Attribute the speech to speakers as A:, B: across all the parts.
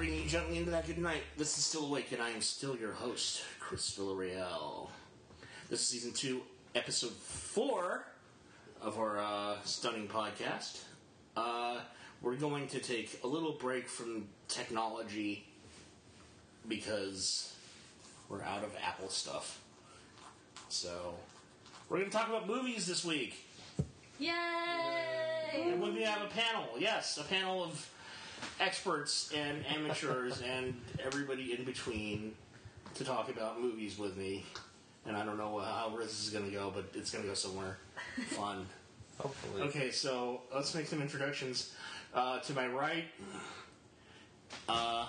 A: into that good night. This is Still Awake, and I am still your host, Chris Villarreal. This is season two, episode four of our uh, stunning podcast. Uh, we're going to take a little break from technology because we're out of Apple stuff. So, we're going to talk about movies this week.
B: Yay!
A: And when we have a panel, yes, a panel of experts and amateurs and everybody in between to talk about movies with me. And I don't know how this is going to go, but it's going to go somewhere fun.
C: Hopefully.
A: Okay, so let's make some introductions. Uh, to my right, uh,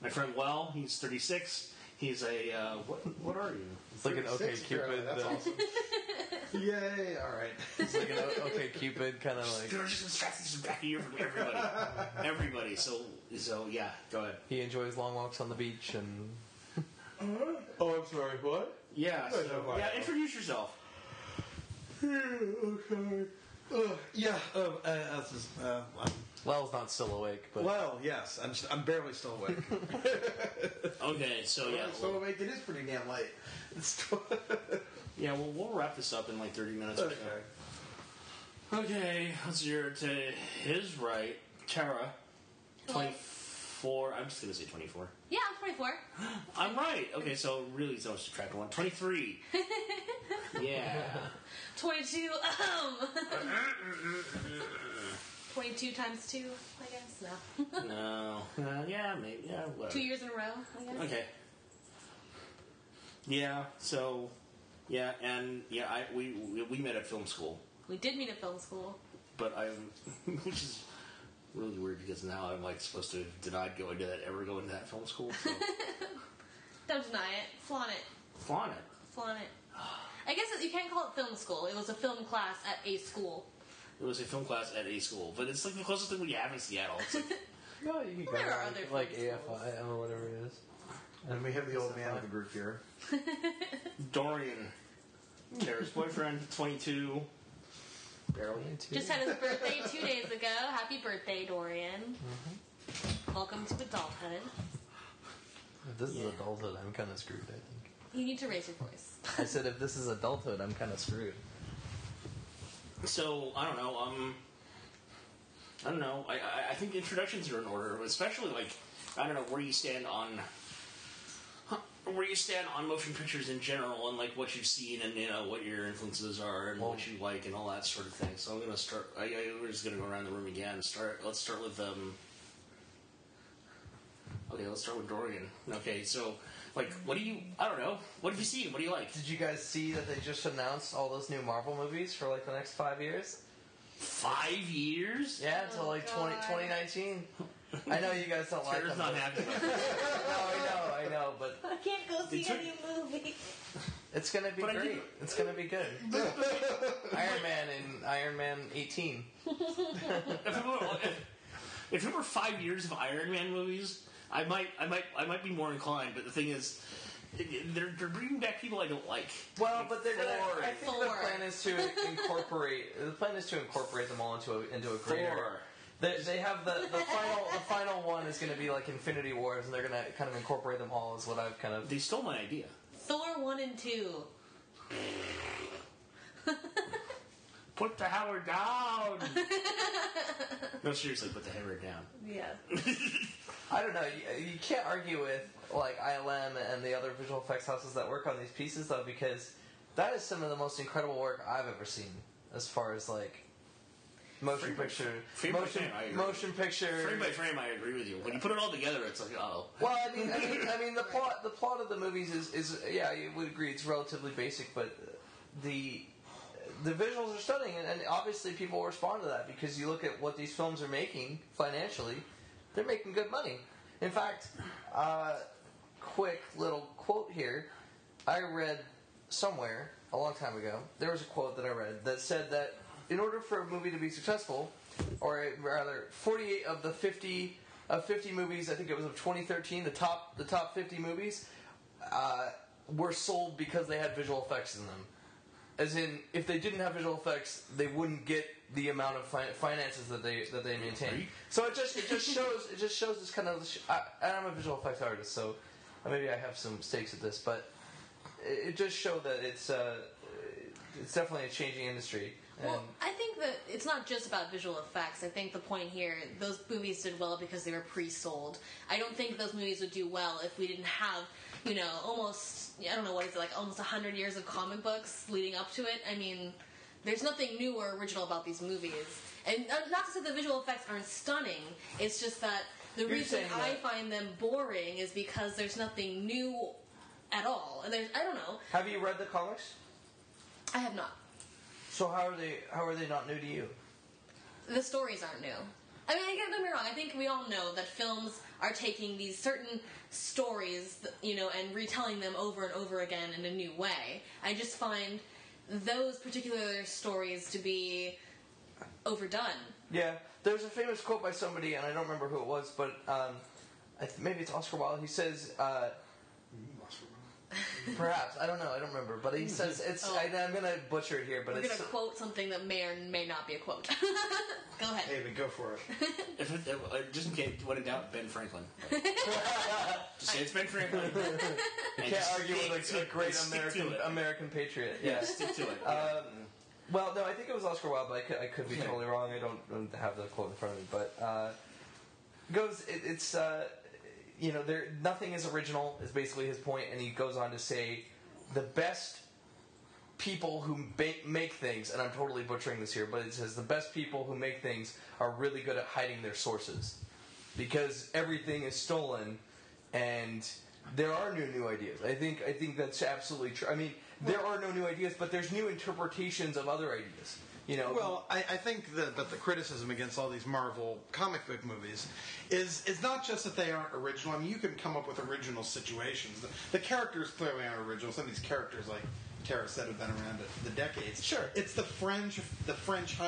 A: my friend Well, he's 36. He's a uh, what? What are you?
C: It's like an OK
D: Six, apparently.
C: Cupid.
D: That's
C: uh,
D: awesome. Yay! All right.
C: It's like an OK Cupid kind of like.
A: You're just distracting this back here from everybody. everybody. So, so yeah. Go ahead.
C: He enjoys long walks on the beach and.
D: Oh, I'm sorry. What?
A: Yeah.
D: No,
A: so-
D: no,
A: yeah.
D: no.
A: Introduce yourself.
D: okay. Uh, yeah. Um, uh, this is, uh, I'm-
C: Lel's not still awake, but.
D: well, yes. I'm. Just, I'm barely still awake.
A: Okay, so yeah,
D: I'm still
A: we'll,
D: awake. It is pretty damn late. It's still-
A: yeah, well, we'll wrap this up in like thirty minutes. Or
D: okay.
A: so. Okay, let's hear to his right, Tara, twenty-four. I'm just gonna say twenty-four.
B: Yeah, I'm 24.
A: I'm right. Okay, so really, so subtract one. Twenty-three. yeah.
B: 22. Um. 22 times 2, I guess. No.
A: No. Uh, yeah, maybe. Yeah. Whatever.
B: Two years in a row, I guess.
A: Okay. Yeah. So. Yeah, and yeah, I we we, we met at film school.
B: We did meet at film school.
A: but I'm, which is really weird because now I'm like supposed to have denied going to that ever going to that film school. So
B: Don't deny it. Flaunt it.
A: flaunt it.
B: Flaunt it. I guess it, you can't call it film school. It was a film class at a school.
A: It was a film class at a school, but it's like the closest thing we have in Seattle. It's like,
C: No, you can go
B: There are
C: like,
B: other
C: like
B: film schools.
C: AFI or whatever it is.
D: And we have the old man of the group here.
A: Dorian, Tara's boyfriend, 22, barely.
B: Just had his birthday two days ago. Happy birthday, Dorian.
A: Mm-hmm.
B: Welcome to adulthood.
C: If this is adulthood, I'm kind of screwed, I think.
B: You need to raise your voice.
C: I said if this is adulthood, I'm kind of screwed.
A: So I don't know. Um, I don't know. I, I I think introductions are in order, especially like I don't know where you stand on where you stand on motion pictures in general, and like what you've seen, and you know what your influences are, and what you like, and all that sort of thing. So I'm gonna start. I, I, we're just gonna go around the room again. Start. Let's start with um. Okay, let's start with Dorian. Okay, so like, what do you? I don't know. What have you seen? What do you like?
C: Did you guys see that they just announced all those new Marvel movies for like the next five years?
A: Five years?
C: Yeah, until
B: Oh,
C: like 20,
B: God.
C: 2019. I know you guys don't like
A: Tara's
C: them.
A: not
C: but-
A: happy.
C: No, I know, I know, but
B: I can't go see
A: took-
B: any movie.
C: It's gonna be
A: But I
C: great.
A: didn't-
C: It's gonna be good. Iron Man and Iron Man 18.
A: If it, were, if, if it were five years of Iron Man movies, I might, I might, I might be more inclined. But the thing is, they're, they're bringing back people I don't like.
C: Well, but they're gonna.
A: Four.
C: I think the
B: Four.
C: plan is to incorporate. the plan is to incorporate them all into a into a
A: Four.
C: greater. They, they have the, the final the final one is gonna be like Infinity Wars, and they're gonna kind of incorporate them all. Is what I've kind of.
A: They stole my idea.
B: Thor 1 and 2.
A: Put the hammer down. no, seriously, put the hammer down.
B: Yeah.
C: I don't know. You, you can't argue with like ILM and the other visual effects houses that work on these pieces though, because that is some of the most incredible work I've ever seen as far as like motion picture,
A: frame by
C: motion,
A: frame, I agree.
C: motion picture.
A: Frame by frame, I agree with you. When you put it all together, it's like, oh,
C: Well, I mean, I mean, I mean, the plot, the plot of the movies is, is yeah, you would agree it's relatively basic, but the the visuals are stunning, and, and obviously people respond to that because you look at what these films are making financially, they're making good money. In fact, uh, quick little quote here, I read somewhere a long time ago. There was a quote that I read that said that in order for a movie to be successful, or rather, 48 of the 50 of 50 movies, I think it was of 2013, the top the top 50 movies uh, were sold because they had visual effects in them. as in if they didn't have visual effects, they wouldn't get the amount of fin- finances that they that they maintain.
A: Right.
C: So it just it just shows it just shows this kind of. Sh- I, and I'm a visual effects artist, so maybe I have some stakes at this, but it, it just showed that it's uh, it's definitely a changing industry. And
B: Well, I think that it's not just about visual effects. I think the point here, those movies did well because they were pre-sold. I don't think those movies would do well if we didn't have, you know, almost I don't know what is it like almost hundred years of comic books leading up to it. I mean, there's nothing new or original about these movies, and uh, not to say the visual effects aren't stunning. It's just that the reason
C: saying
B: I
C: that-
B: find them boring is because there's nothing new at all. And there's I don't know.
C: have you read the comics?
B: I have not.
C: So how are they how are they not new to you?
B: the stories aren't new. I mean, I get don't get me wrong. I think we all know that films are taking these certain stories, you know, and retelling them over and over again in a new way. I just find those particular stories to be overdone.
C: Yeah, there's a famous quote by somebody, and I don't remember who it was, but um, I th- maybe it's Oscar Wilde. He says, uh, perhaps I don't know, I don't remember, but he says it's.
B: Oh.
C: I, am gonna butcher it here, but
B: We're
C: it's.
B: gonna quote something that may or may not be a quote. Go ahead.
D: Hey, but go for it.
A: If it, uh, just in case, what a doubt, Ben Franklin. just say it's Ben Franklin.
C: you can't argue with a, a great
A: to
C: American
A: it.
C: American patriot.
A: Yeah,
C: Yeah.
A: stick to it.
C: Um, well, no, I think it was Oscar Wilde, but I could, I could be totally wrong. I don't, don't have the quote in front of me, but uh, goes it, it's uh, you know there nothing is original is basically his point, and he goes on to say the best people who ba- make things, and I'm totally butchering this here, but it says the best people who make things are really good at hiding their sources because everything is stolen and there are no new ideas. I think I think that's absolutely true. I mean, there are no new ideas, but there's new interpretations of other ideas. You know,
D: Well, I, I think that, that the criticism against all these Marvel comic book movies is is not just that they aren't original. I mean, you can come up with original situations. The, the characters clearly aren't original. Some of these characters, like Tara said, have been around the, the decades.
C: Sure.
D: it's the French the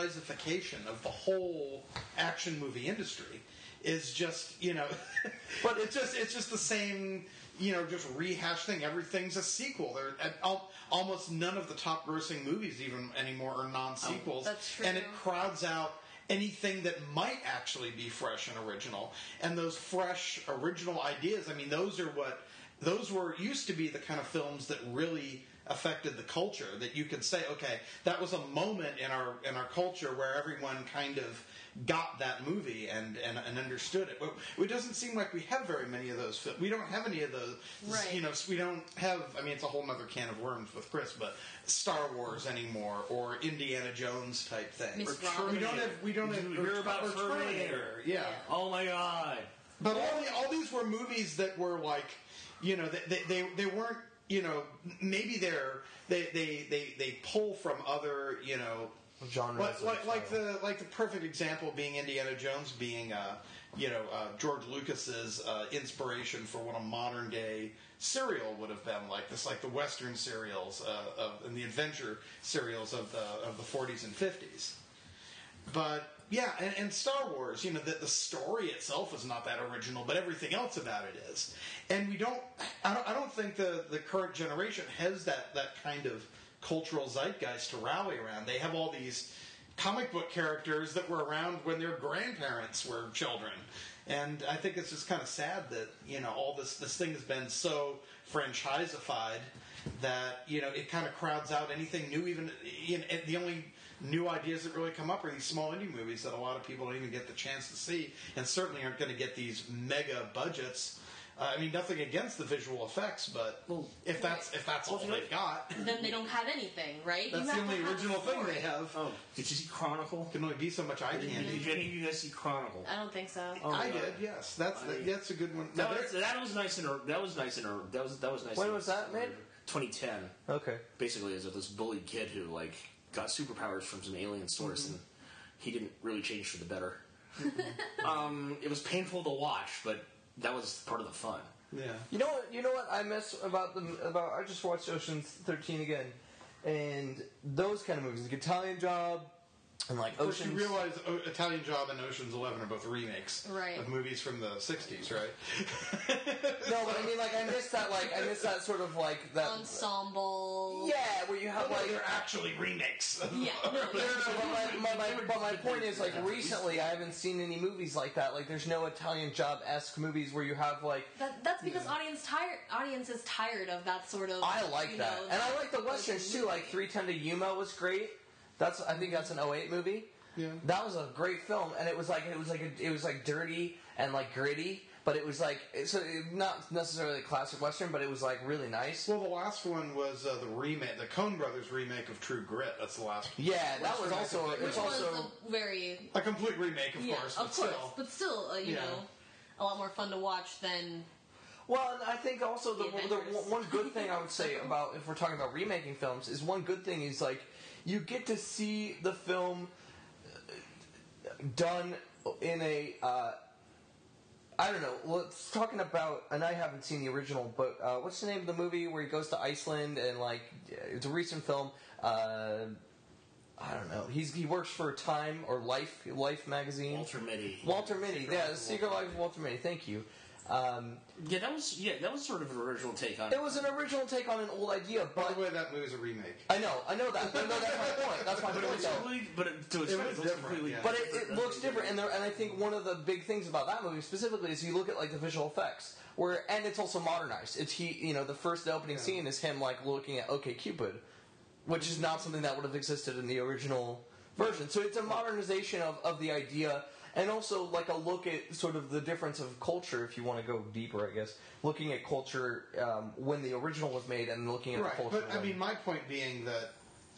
D: franchisification of the whole action movie industry is just you know, but it's just it's just the same. You know, just rehash thing. Everything's a sequel. There, and al- almost none of the top-grossing movies even anymore are non-sequels
B: That's true.
D: and it crowds out anything that might actually be fresh and original. And those fresh, original ideas, I mean, those are what, those were, used to be the kind of films that really affected the culture that you could say okay that was a moment in our in our culture where everyone kind of got that movie and and, and understood it but it doesn't seem like we have very many of those fil- we don't have any of those
B: Right.
D: you know we don't have i mean it's a whole nother can of worms with chris but star wars anymore or indiana jones type thing
B: Miss
D: Or
B: Robinson.
D: we don't have we don't have
A: You
D: or
A: hear about
D: or
A: Terminator.
D: yeah.
B: Yeah.
A: oh my god.
D: but all the, all these were movies that were like you know they they they, they weren't you know maybe they're they they they, they pull from other you know
C: genres
D: like,
C: and
D: like, like
C: style.
D: the like the perfect example being Indiana Jones being uh, you know uh, George Lucas's uh, inspiration for what a modern day serial would have been like this like the Western serials uh, of, and the adventure serials of the of the 40s and 50s. But yeah, and, and Star Wars, you know, the, the story itself is not that original, but everything else about it is. And we don't, I don't, I don't think the, the current generation has that, that kind of cultural zeitgeist to rally around. They have all these comic book characters that were around when their grandparents were children. And I think it's just kind of sad that, you know, all this, this thing has been so franchisified that you know it kind of crowds out anything new. Even you know, the only new ideas that really come up are these small indie movies that a lot of people don't even get the chance to see, and certainly aren't going to get these mega budgets. Uh, I mean, nothing against the visual effects, but
A: Well,
D: if that's if that's all
A: you know-
D: they've got,
B: Then they don't have anything, right? You
D: that's
B: have to
D: the only
B: have a
D: original thing
B: story.
D: they have.
A: Oh, did you see Chronicle?
D: Can only be so much eye
A: Did
D: candy.
A: any of you guys see Chronicle?
C: Uh,
B: I don't think so.
A: Oh,
D: I
A: my
D: did,
A: God.
D: yes. That's the,
A: I-
D: that's a good one. No,
A: That was,
D: there-
A: that was nice and that was nice and that was that was nice.
C: When
A: and-
C: was that made?
A: 2010.
C: okay.
A: Basically, is of this bullied kid who like got superpowers from some alien source,
C: Mm-hmm.
A: and he didn't really change for the better.
C: Mm-hmm.
A: um, it was painful to watch, but that was part of the fun.
D: yeah.
C: You know what? You know what I miss about the about. I just watched Ocean's Thirteen again, and those kind of movies, like Italian Job, and like
D: Of course, you
C: Ocean's.
D: realize o- Italian Job and Ocean's Eleven are both remakes
B: Right.
D: of movies from the '60s, right?
B: Um,
C: no, but I mean, like I miss that. Like I miss that sort of like that.
B: Ensemble.
C: Yeah, where you have
B: Oh,
D: Well,
C: like
D: they're actually remakes.
B: Yeah, no,
C: No, no, no, but my, my, my, but my point is, like,
A: Yeah.
C: recently I haven't seen any movies like that. Like, there's no Italian Job esque movies where you have, like,
B: That, that's because audience tired audience is tired of that sort of.
C: I like
B: you
C: that.
B: know,
C: and I like the
B: those
C: westerns too, like
B: movies.
C: 310 to Yuma was great. That's, I think that's an 08 movie.
D: Yeah.
C: That was a great film, and it was like, it was like, a, it was like dirty and like gritty, but it was like, it- so it, not necessarily a classic western, but it was like really nice.
D: Well, the last one was uh, the remake, the Coen Brothers remake of True Grit. That's the last. one.
C: yeah, that was
D: Western
C: also,
D: Mexican.
C: it's
B: Which
C: also,
B: was a very
D: A complete remake, of
B: yeah,
D: course.
B: of
D: but
B: course,
D: Still.
B: but still, uh, you
D: Yeah.
B: know, a lot more fun to watch than
C: Well, and I think also the,
B: The
C: the
B: Avengers.
C: one one good thing I would say about if we're talking about remaking films is one good thing is like you get to see the film uh, done in a uh, I don't know. Let's talking about and I haven't seen the original, but uh, what's the name of the movie where he goes to Iceland and like it's a recent film. Uh, I don't know. He's he works for Time or Life Life magazine.
A: Walter Mitty.
C: Walter Mitty,
A: Secret
C: yeah,
A: Life
C: The
A: of
C: Secret
A: Walter
C: Life of Walter Mitty. Thank you. Um,
A: Yeah, that was yeah, that was sort of an original take on
C: it was an original take on an old idea,
D: By
C: but
D: the way, that movie's a remake.
C: I know, I know that. No, no, that's my point. That's my
A: But it
C: point.
A: was
C: Though.
A: completely, but it, to its
D: It
A: credit,
D: was
A: it looks
D: different,
A: completely
D: yeah.
C: But it, it looks different, and there, and I think one of the big things about that movie specifically is you look at like the visual effects, where and it's also modernized. It's he, you know, the first opening
D: Yeah.
C: scene is him like looking at OK Cupid, which is not something that would have existed in the original version. So it's a modernization of, of the idea, and also like a look at sort of the difference of culture. If you want to go deeper, I guess looking at culture um, when the original was made and looking at
D: Right,
C: the culture.
D: but I
C: when-
D: mean, my point being that,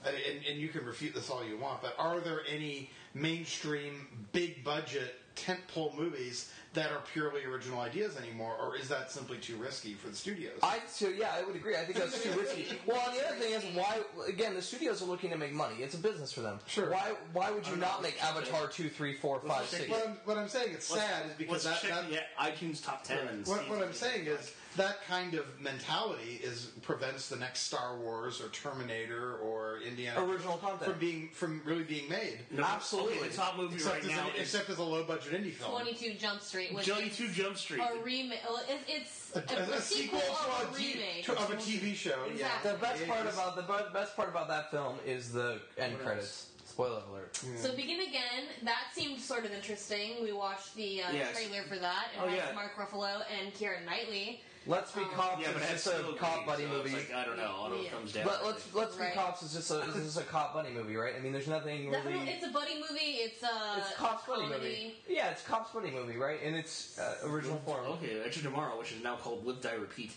D: uh, and, and you can refute this all you want, but are there any mainstream, big budget, tentpole movies that are purely original ideas anymore, or is that simply too risky for the studios?
C: I so yeah, I would agree. I think that's too risky. Well, and the other thing is why? Again, the studios are looking to make money. It's a business for them.
D: Sure.
C: Why? Why would you
A: don't
C: not
A: know.
C: make Avatar two, three, four, five,
A: check
C: six?
D: what, I'm, what I'm saying it's
A: Let's-
D: sad is because
A: let's
D: that,
A: check
D: that
A: the iTunes top ten. And
D: what,
A: see
D: what
A: if
D: I'm
A: it's-
D: saying is that kind of mentality is prevents the next Star Wars or Terminator or Indiana
C: Original content.
D: from being from really being made.
A: No,
C: Absolutely.
A: okay, the top movie
D: Except,
A: right
D: as
A: now
D: an,
A: is
D: except as a low budget indie film.
B: Twenty Two Jump Street, which
A: Jelly
B: is
A: Two Jump Street.
B: a remake. Well, it, it's
D: a,
B: a,
D: a, a
B: sequel
D: sequel to
B: of
D: a,
B: a
D: t-
B: remake.
D: to- of a TV show.
B: Exactly.
D: Yeah.
C: The best
D: It
C: part
D: is.
C: about the bu- best part about that film is the end
A: What else?
C: credits. Spoiler alert.
B: So Begin Again, that seemed sort of interesting. We watched the uh,
A: Yes.
B: trailer for that. It
A: Oh,
B: has
A: yeah.
B: Mark Ruffalo and Kieran Knightley.
C: Let's be cops.
A: Oh. yeah, but
C: is
A: it's
C: just a
A: still
C: cop buddy
A: so
C: movie.
A: It's like, I don't know. I don't know what
B: Yeah.
A: comes down.
C: Let,
A: to
C: let's
A: it.
C: let's
B: Right.
C: be cops. Is just a is just a cop buddy movie, right? I mean, there's nothing
B: That-
C: really.
B: it's a buddy movie. It's a
C: it's a cops buddy
B: comedy.
C: movie. Yeah, it's a cops buddy movie, right? In its uh, original form.
A: Okay, Edge of Tomorrow, which is now called Live Die Repeat.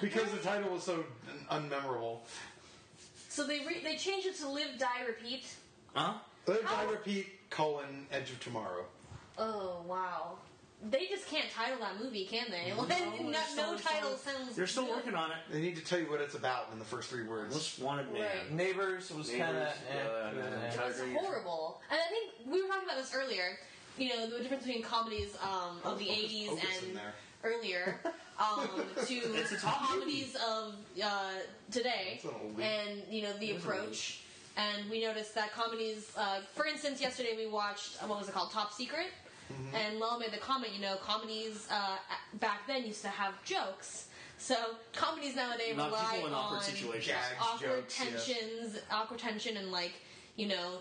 D: because the title was so un- unmemorable.
B: So they re- they changed it to Live, Die, Repeat.
A: Huh?
D: Live,
B: How-
D: I repeat, colon, Edge of Tomorrow.
B: Oh wow. They just can't title that movie, can they? Like, no, no title sounds.
A: They're still
B: good.
A: working on it.
D: They need to tell you what it's about in the first three words.
A: Most Wanted Man.
C: Neighbors was eh, kind
A: Neighbors,
C: of.
A: uh,
B: It was horrible. And I think we were talking about this earlier. You know, the difference between comedies um, of the
A: Oh,
D: Hocus
B: '80s
D: Pocus in
B: and
D: there.
B: earlier um, to
A: It's a top
B: comedies of uh, today,
D: It's an oldie.
B: and you know the
A: is an
B: approach. And we noticed that comedies, uh, for instance, yesterday we watched uh, what was it called, Top Secret.
A: Mm-hmm.
B: And Lo made the comment, you know, comedies uh, a- back then used to have jokes. So comedies nowadays
A: Not
B: rely
A: people in awkward
B: on
A: situations.
D: Gags,
B: awkward
D: jokes, yeah.
B: tensions, awkward tension, and like you know,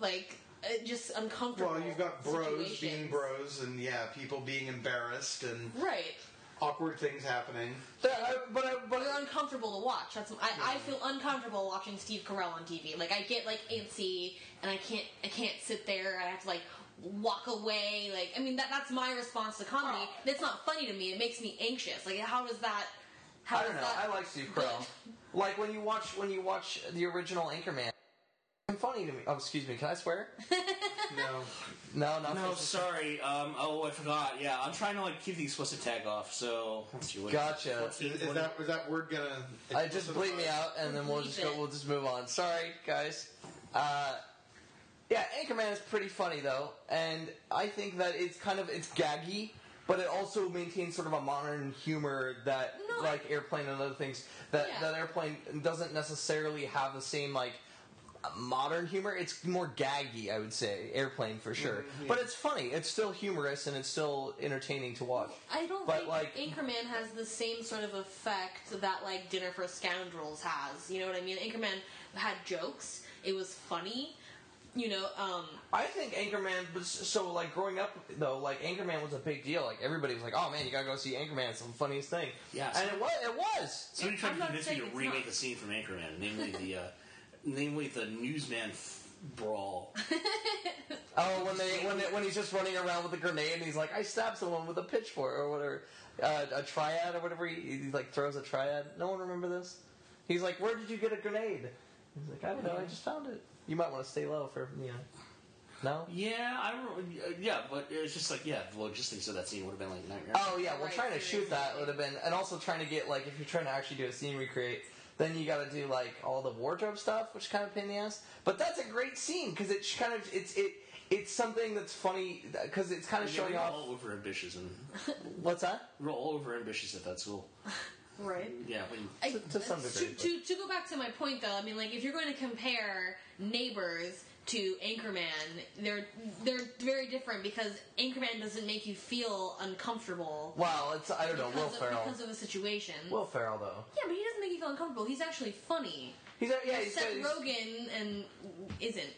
B: like uh, just uncomfortable.
D: Well, you've got bros being
B: situations.
D: bros, and yeah, people being embarrassed, and
B: right?
D: awkward things happening.
C: That-
B: uh,
C: I- but I, but
B: They're
C: I,
B: uncomfortable to watch. That's I, I feel uncomfortable watching Steve Carell on TV. Like I get like antsy, and I can't I can't sit there. I have to like walk away. Like I mean that that's my response to comedy.
C: Oh.
A: Wow.
B: That's not funny to me. It makes me anxious. Like how does that? How
C: I
B: does
C: don't know.
B: That,
C: I like Steve Carell. like when you watch when you watch the original Anchorman. it's Funny to me. Oh, excuse me. Can I swear?
D: No.
C: No, not
A: No,
C: supposed
A: sorry. Um, oh, I forgot. Yeah, I'm trying to like keep the explicit tag off. So let's see what-
C: Gotcha.
A: 14,
D: Is, is that is that word gonna?
C: to- I Uh, just bleep me out, and then we'll
B: Bleep
C: just go,
B: it.
C: we'll just move on. Sorry, guys. Uh, yeah, Anchorman is pretty funny though, and I think that it's kind of it's gaggy, but it also maintains sort of a modern humor that,
B: No,
C: like Airplane and other things, that
B: Yeah.
C: that Airplane doesn't necessarily have the same like modern humor. It's more gaggy, I would say. Airplane for sure, but it's funny. It's still humorous and it's still entertaining to watch.
B: I don't
C: But,
B: think
C: like-
B: Anchorman has the same sort of effect that like Dinner for Scoundrels has. You know what I mean? Anchorman had jokes. It was funny. You know, um,
C: I think Anchorman was so like growing up though. Like Anchorman was a big deal. Like everybody was like, "Oh man, you gotta go see Anchorman. It's the funniest thing."
A: Yeah.
C: and it was. It was.
A: Somebody tried
B: I'm
A: to
B: not
A: convince me
B: saying
A: to
B: it's
A: remake a
B: not.
A: scene from Anchorman, namely the, uh, namely the newsman f- brawl.
C: Oh, when they when they, when he's just running around with a grenade and he's like, "I stabbed someone with a pitchfork or whatever, uh, a triad or whatever." He, he like throws a triad. No one remember this. He's like, "Where did you get a grenade?" He's like, "I don't know. I just found it." You might want to stay low for you know. No.
A: Yeah, I re- uh, yeah, but it's just like yeah, the logistics of that scene would have been like nightmare.
C: Oh yeah, well,
B: Right,
C: trying to shoot that
B: seriously.
C: would have been, and also trying to get like if you're trying to actually do a scene recreate, then you got to do like all the wardrobe stuff, which kind of pain in the ass. But that's a great scene because it's kind of it's it it's something that's funny because it's kind of
A: Yeah, we
C: showing
A: were
C: off.
A: all over ambitious and
C: What's that?
A: we were all over ambitious at that school.
B: right?
A: Yeah, when,
B: I-
C: To- to some degree,
B: To, to, to go back to my point, though, I mean, like, if you're going to compare Neighbors to Anchorman, they're they're very different because Anchorman doesn't make you feel uncomfortable
C: Well, it's I don't know Will
B: because, of,
C: Ferrell.
B: because of a situation.
C: Will Ferrell though.
B: yeah, but he doesn't make you feel uncomfortable. He's actually funny.
C: He's yeah. He's,
B: Seth
C: he's-
B: Rogen and isn't.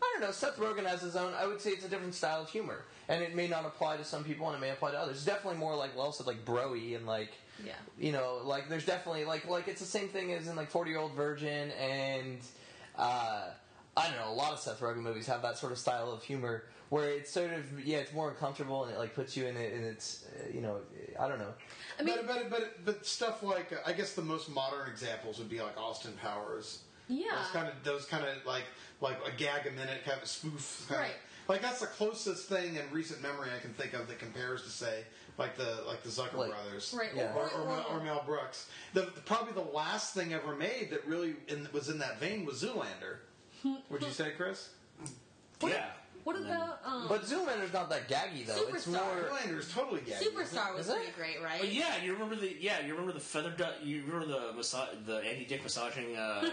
C: I don't know. Seth Rogen has his own. I would say it's a different style of humor, and it may not apply to some people, and it may apply to others. It's definitely more like well said, like broy and like
B: Yeah.
C: you know, like there's definitely like like it's the same thing as in like Forty Year Old Virgin and uh, I don't know. A lot of Seth Rogen movies have that sort of style of humor where it's sort of yeah, it's more uncomfortable and it like puts you in it, and it's uh, you know, I don't know.
B: I mean,
D: but, but, but, but stuff like uh, I guess the most modern examples would be like Austin Powers.
B: Yeah.
D: those kind of those kind of like like a gag a minute kind of spoof. Kind
B: Right.
D: Of, like that's the closest thing in recent memory I can think of that compares to say like the like the Zucker
C: Like-
D: brothers.
B: right.
C: Yeah.
D: Or, or, Mel, or Mel Brooks. The, the- probably the last thing ever made that really in, was in that vein was Zoolander.
B: Hmm.
D: Would you say, Chris?
A: yeah,
B: what
A: And then-
B: about um,
C: But Zoolander's not that gaggy though. It's
B: Superstar.
C: more.
D: Zoolander is totally gaggy. isn't it?
B: Superstar was
C: Is it?
B: pretty great, right?
A: But yeah, you remember the yeah, you remember the feather du- you remember the massa- the anti dick massaging uh,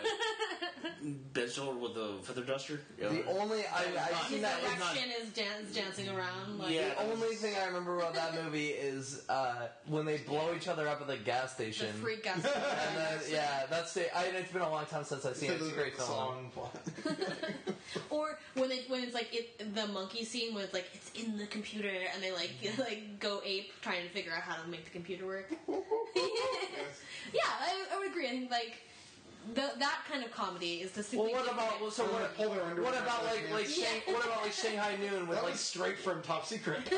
A: bezel with the feather duster. Yeah.
C: The only I, I've
A: Not-
C: seen that
A: not-
C: was
B: Erection is dan- dancing around. Like,
A: Yeah.
C: The only thing I remember about that movie is uh, when they blow each other up at the gas
B: the
C: station.
B: freak out.
C: and then, yeah, that's the. I, it's been a long time since I've seen it. It's a great film.
D: song.
B: Or when it when it's like it, the monkey scene when it's like it's in the computer and they like like go ape trying to figure out how to make the computer work. Yeah, I, I would agree. I think like the, that kind of comedy is the
C: Well,
B: significant.
C: what about well, so
D: Or
C: what,
D: they pull their underwear
C: what
D: out
C: about
D: of their
C: like like
D: pants.
C: Shang, what about like Shanghai Noon with
D: That
C: like
D: was straight from Top Secret.
B: yeah,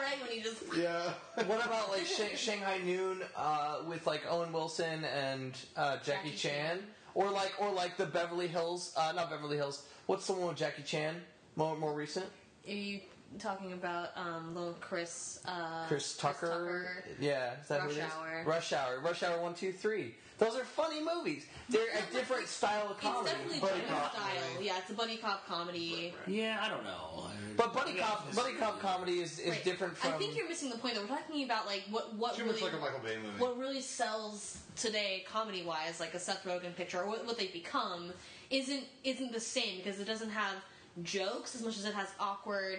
B: right. When you just
D: yeah.
C: what about like Sha- Shanghai Noon uh, with like Owen Wilson and uh, Jackie,
B: Jackie
C: Chan.
B: Chan.
C: or like or like the Beverly Hills uh, not Beverly Hills what's the one with Jackie Chan more more recent
B: are you talking about um little Chris uh,
C: Chris Tucker.
B: Tucker.
C: Yeah, is that who
B: Rush
C: it is?
B: Hour.
C: Rush Hour. Rush Hour one, two, three. Those are funny movies. They're a different style of
B: It's
C: comedy.
B: definitely
D: Buddy
B: buddy
D: cop
B: style.
D: comedy.
B: Yeah, it's a buddy cop comedy.
A: yeah, I don't know.
C: but buddy cop buddy cop comedy is, is
B: Right.
C: different from
B: I think you're missing the point. That we're talking about like what what
D: Too
B: really,
D: much like a Michael Bay movie.
B: what really sells today comedy wise, like a Seth Rogen picture or what, what they become, isn't isn't the same because it doesn't have jokes as much as it has awkward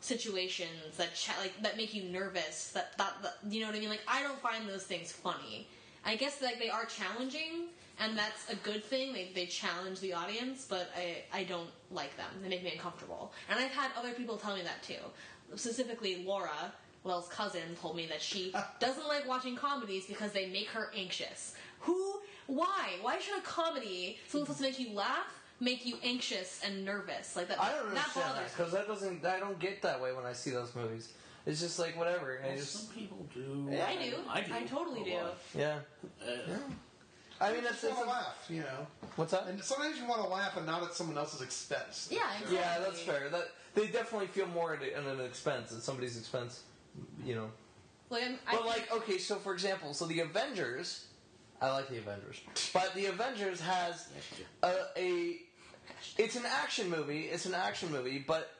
B: situations that cha- like that make you nervous. That, that that you know what I mean. Like I don't find those things funny. I guess like they are challenging. And that's a good thing. They, they challenge the audience, but I, I don't like them. They make me uncomfortable. And I've had other people tell me that too. Specifically, Laura, Will's cousin told me that she doesn't like watching comedies because they make her anxious. Who? Why? Why should a comedy someone supposed to make you laugh make you anxious and nervous like that?
C: I don't
B: that
C: understand
B: bothers.
C: that because that doesn't I don't get that way when I see those movies. It's just like whatever. and I just
A: some people do.
C: Yeah.
B: me. I do.
A: I do.
B: totally do.
C: yeah.
A: Uh,
C: I mean that's, that's
D: just want to laugh, you know.
C: what's that?
D: And sometimes you want to laugh and not at someone else's expense.
B: Yeah,
D: You know?
B: exactly.
C: Yeah, that's fair. That they definitely feel more at, at an expense at somebody's expense, you know.
B: Like, I'm, I,
C: But like, okay, so for example, so the Avengers, I like the Avengers, but the Avengers has a, a it's an action movie. It's an action movie, but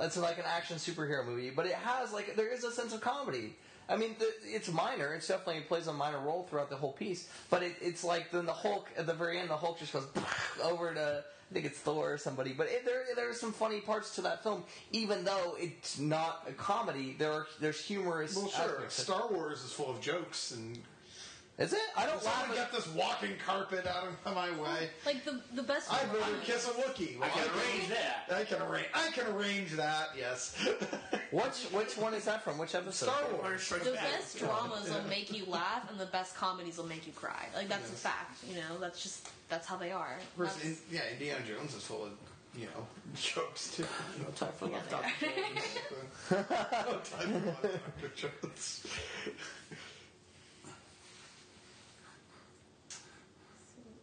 C: it's like an action superhero movie. But it has like there is a sense of comedy I mean, the, it's minor. It's definitely it plays a minor role throughout the whole piece. But it, it's like then the Hulk at the very end, the Hulk just goes over to I think it's Thor or somebody. But it, there there are some funny parts to that film, even though it's not a comedy. There are there's humorous.
D: Well, sure.
C: aspects.
D: Star Wars is full of jokes, and
C: Is it? I don't
D: someone
C: laugh.
D: get
C: At,
D: this walking carpet out of my way.
B: Like the the best.
D: I'd rather kiss a Wookiee. Well,
A: I can arrange that.
D: I Oh. can arrange. I can arrange that. Yes.
C: which which one is that from? Which episode?
D: Star
A: Or
D: Wars.
A: strike
B: The
A: back.
B: best dramas will make you laugh, and the best comedies will make you cry. Like that's a fact. You know, that's just that's how they are.
D: Of course,
B: That's-
D: in, yeah, Indiana Jones is full of you know jokes too.
C: No time for that.
D: Dr. Jones. no time for Dr. Jones.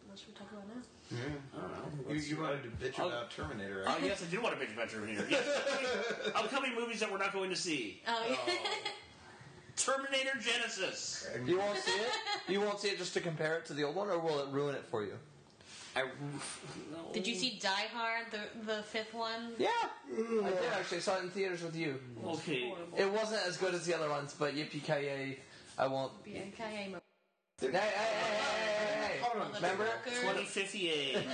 B: What should we talk about now?
D: Yeah.
A: I don't know.
D: You,
A: Let's-
D: you wanted to bitch
A: I'll-
D: about Terminator.
A: Oh, yes, I do want to bitch about Terminator. Yes. Upcoming movies that we're not going to see.
B: Oh, yeah.
A: Terminator Genesis.
C: You won't see it. You won't see it just to compare it to the old one, or will it ruin it for you?
A: I,
B: Did you see Die Hard, the the fifth one?
C: Yeah, I did actually. I saw it in theaters with you.
A: Okay.
B: Horrible.
C: It wasn't as good as the other ones, but yippee ki yay! I won't.
B: Yeah, Kanye Mo-
C: Hey, hey, hey, hey, hey, hey.
D: Hold on.
C: Remember?
B: Motherfucker.
A: 2058.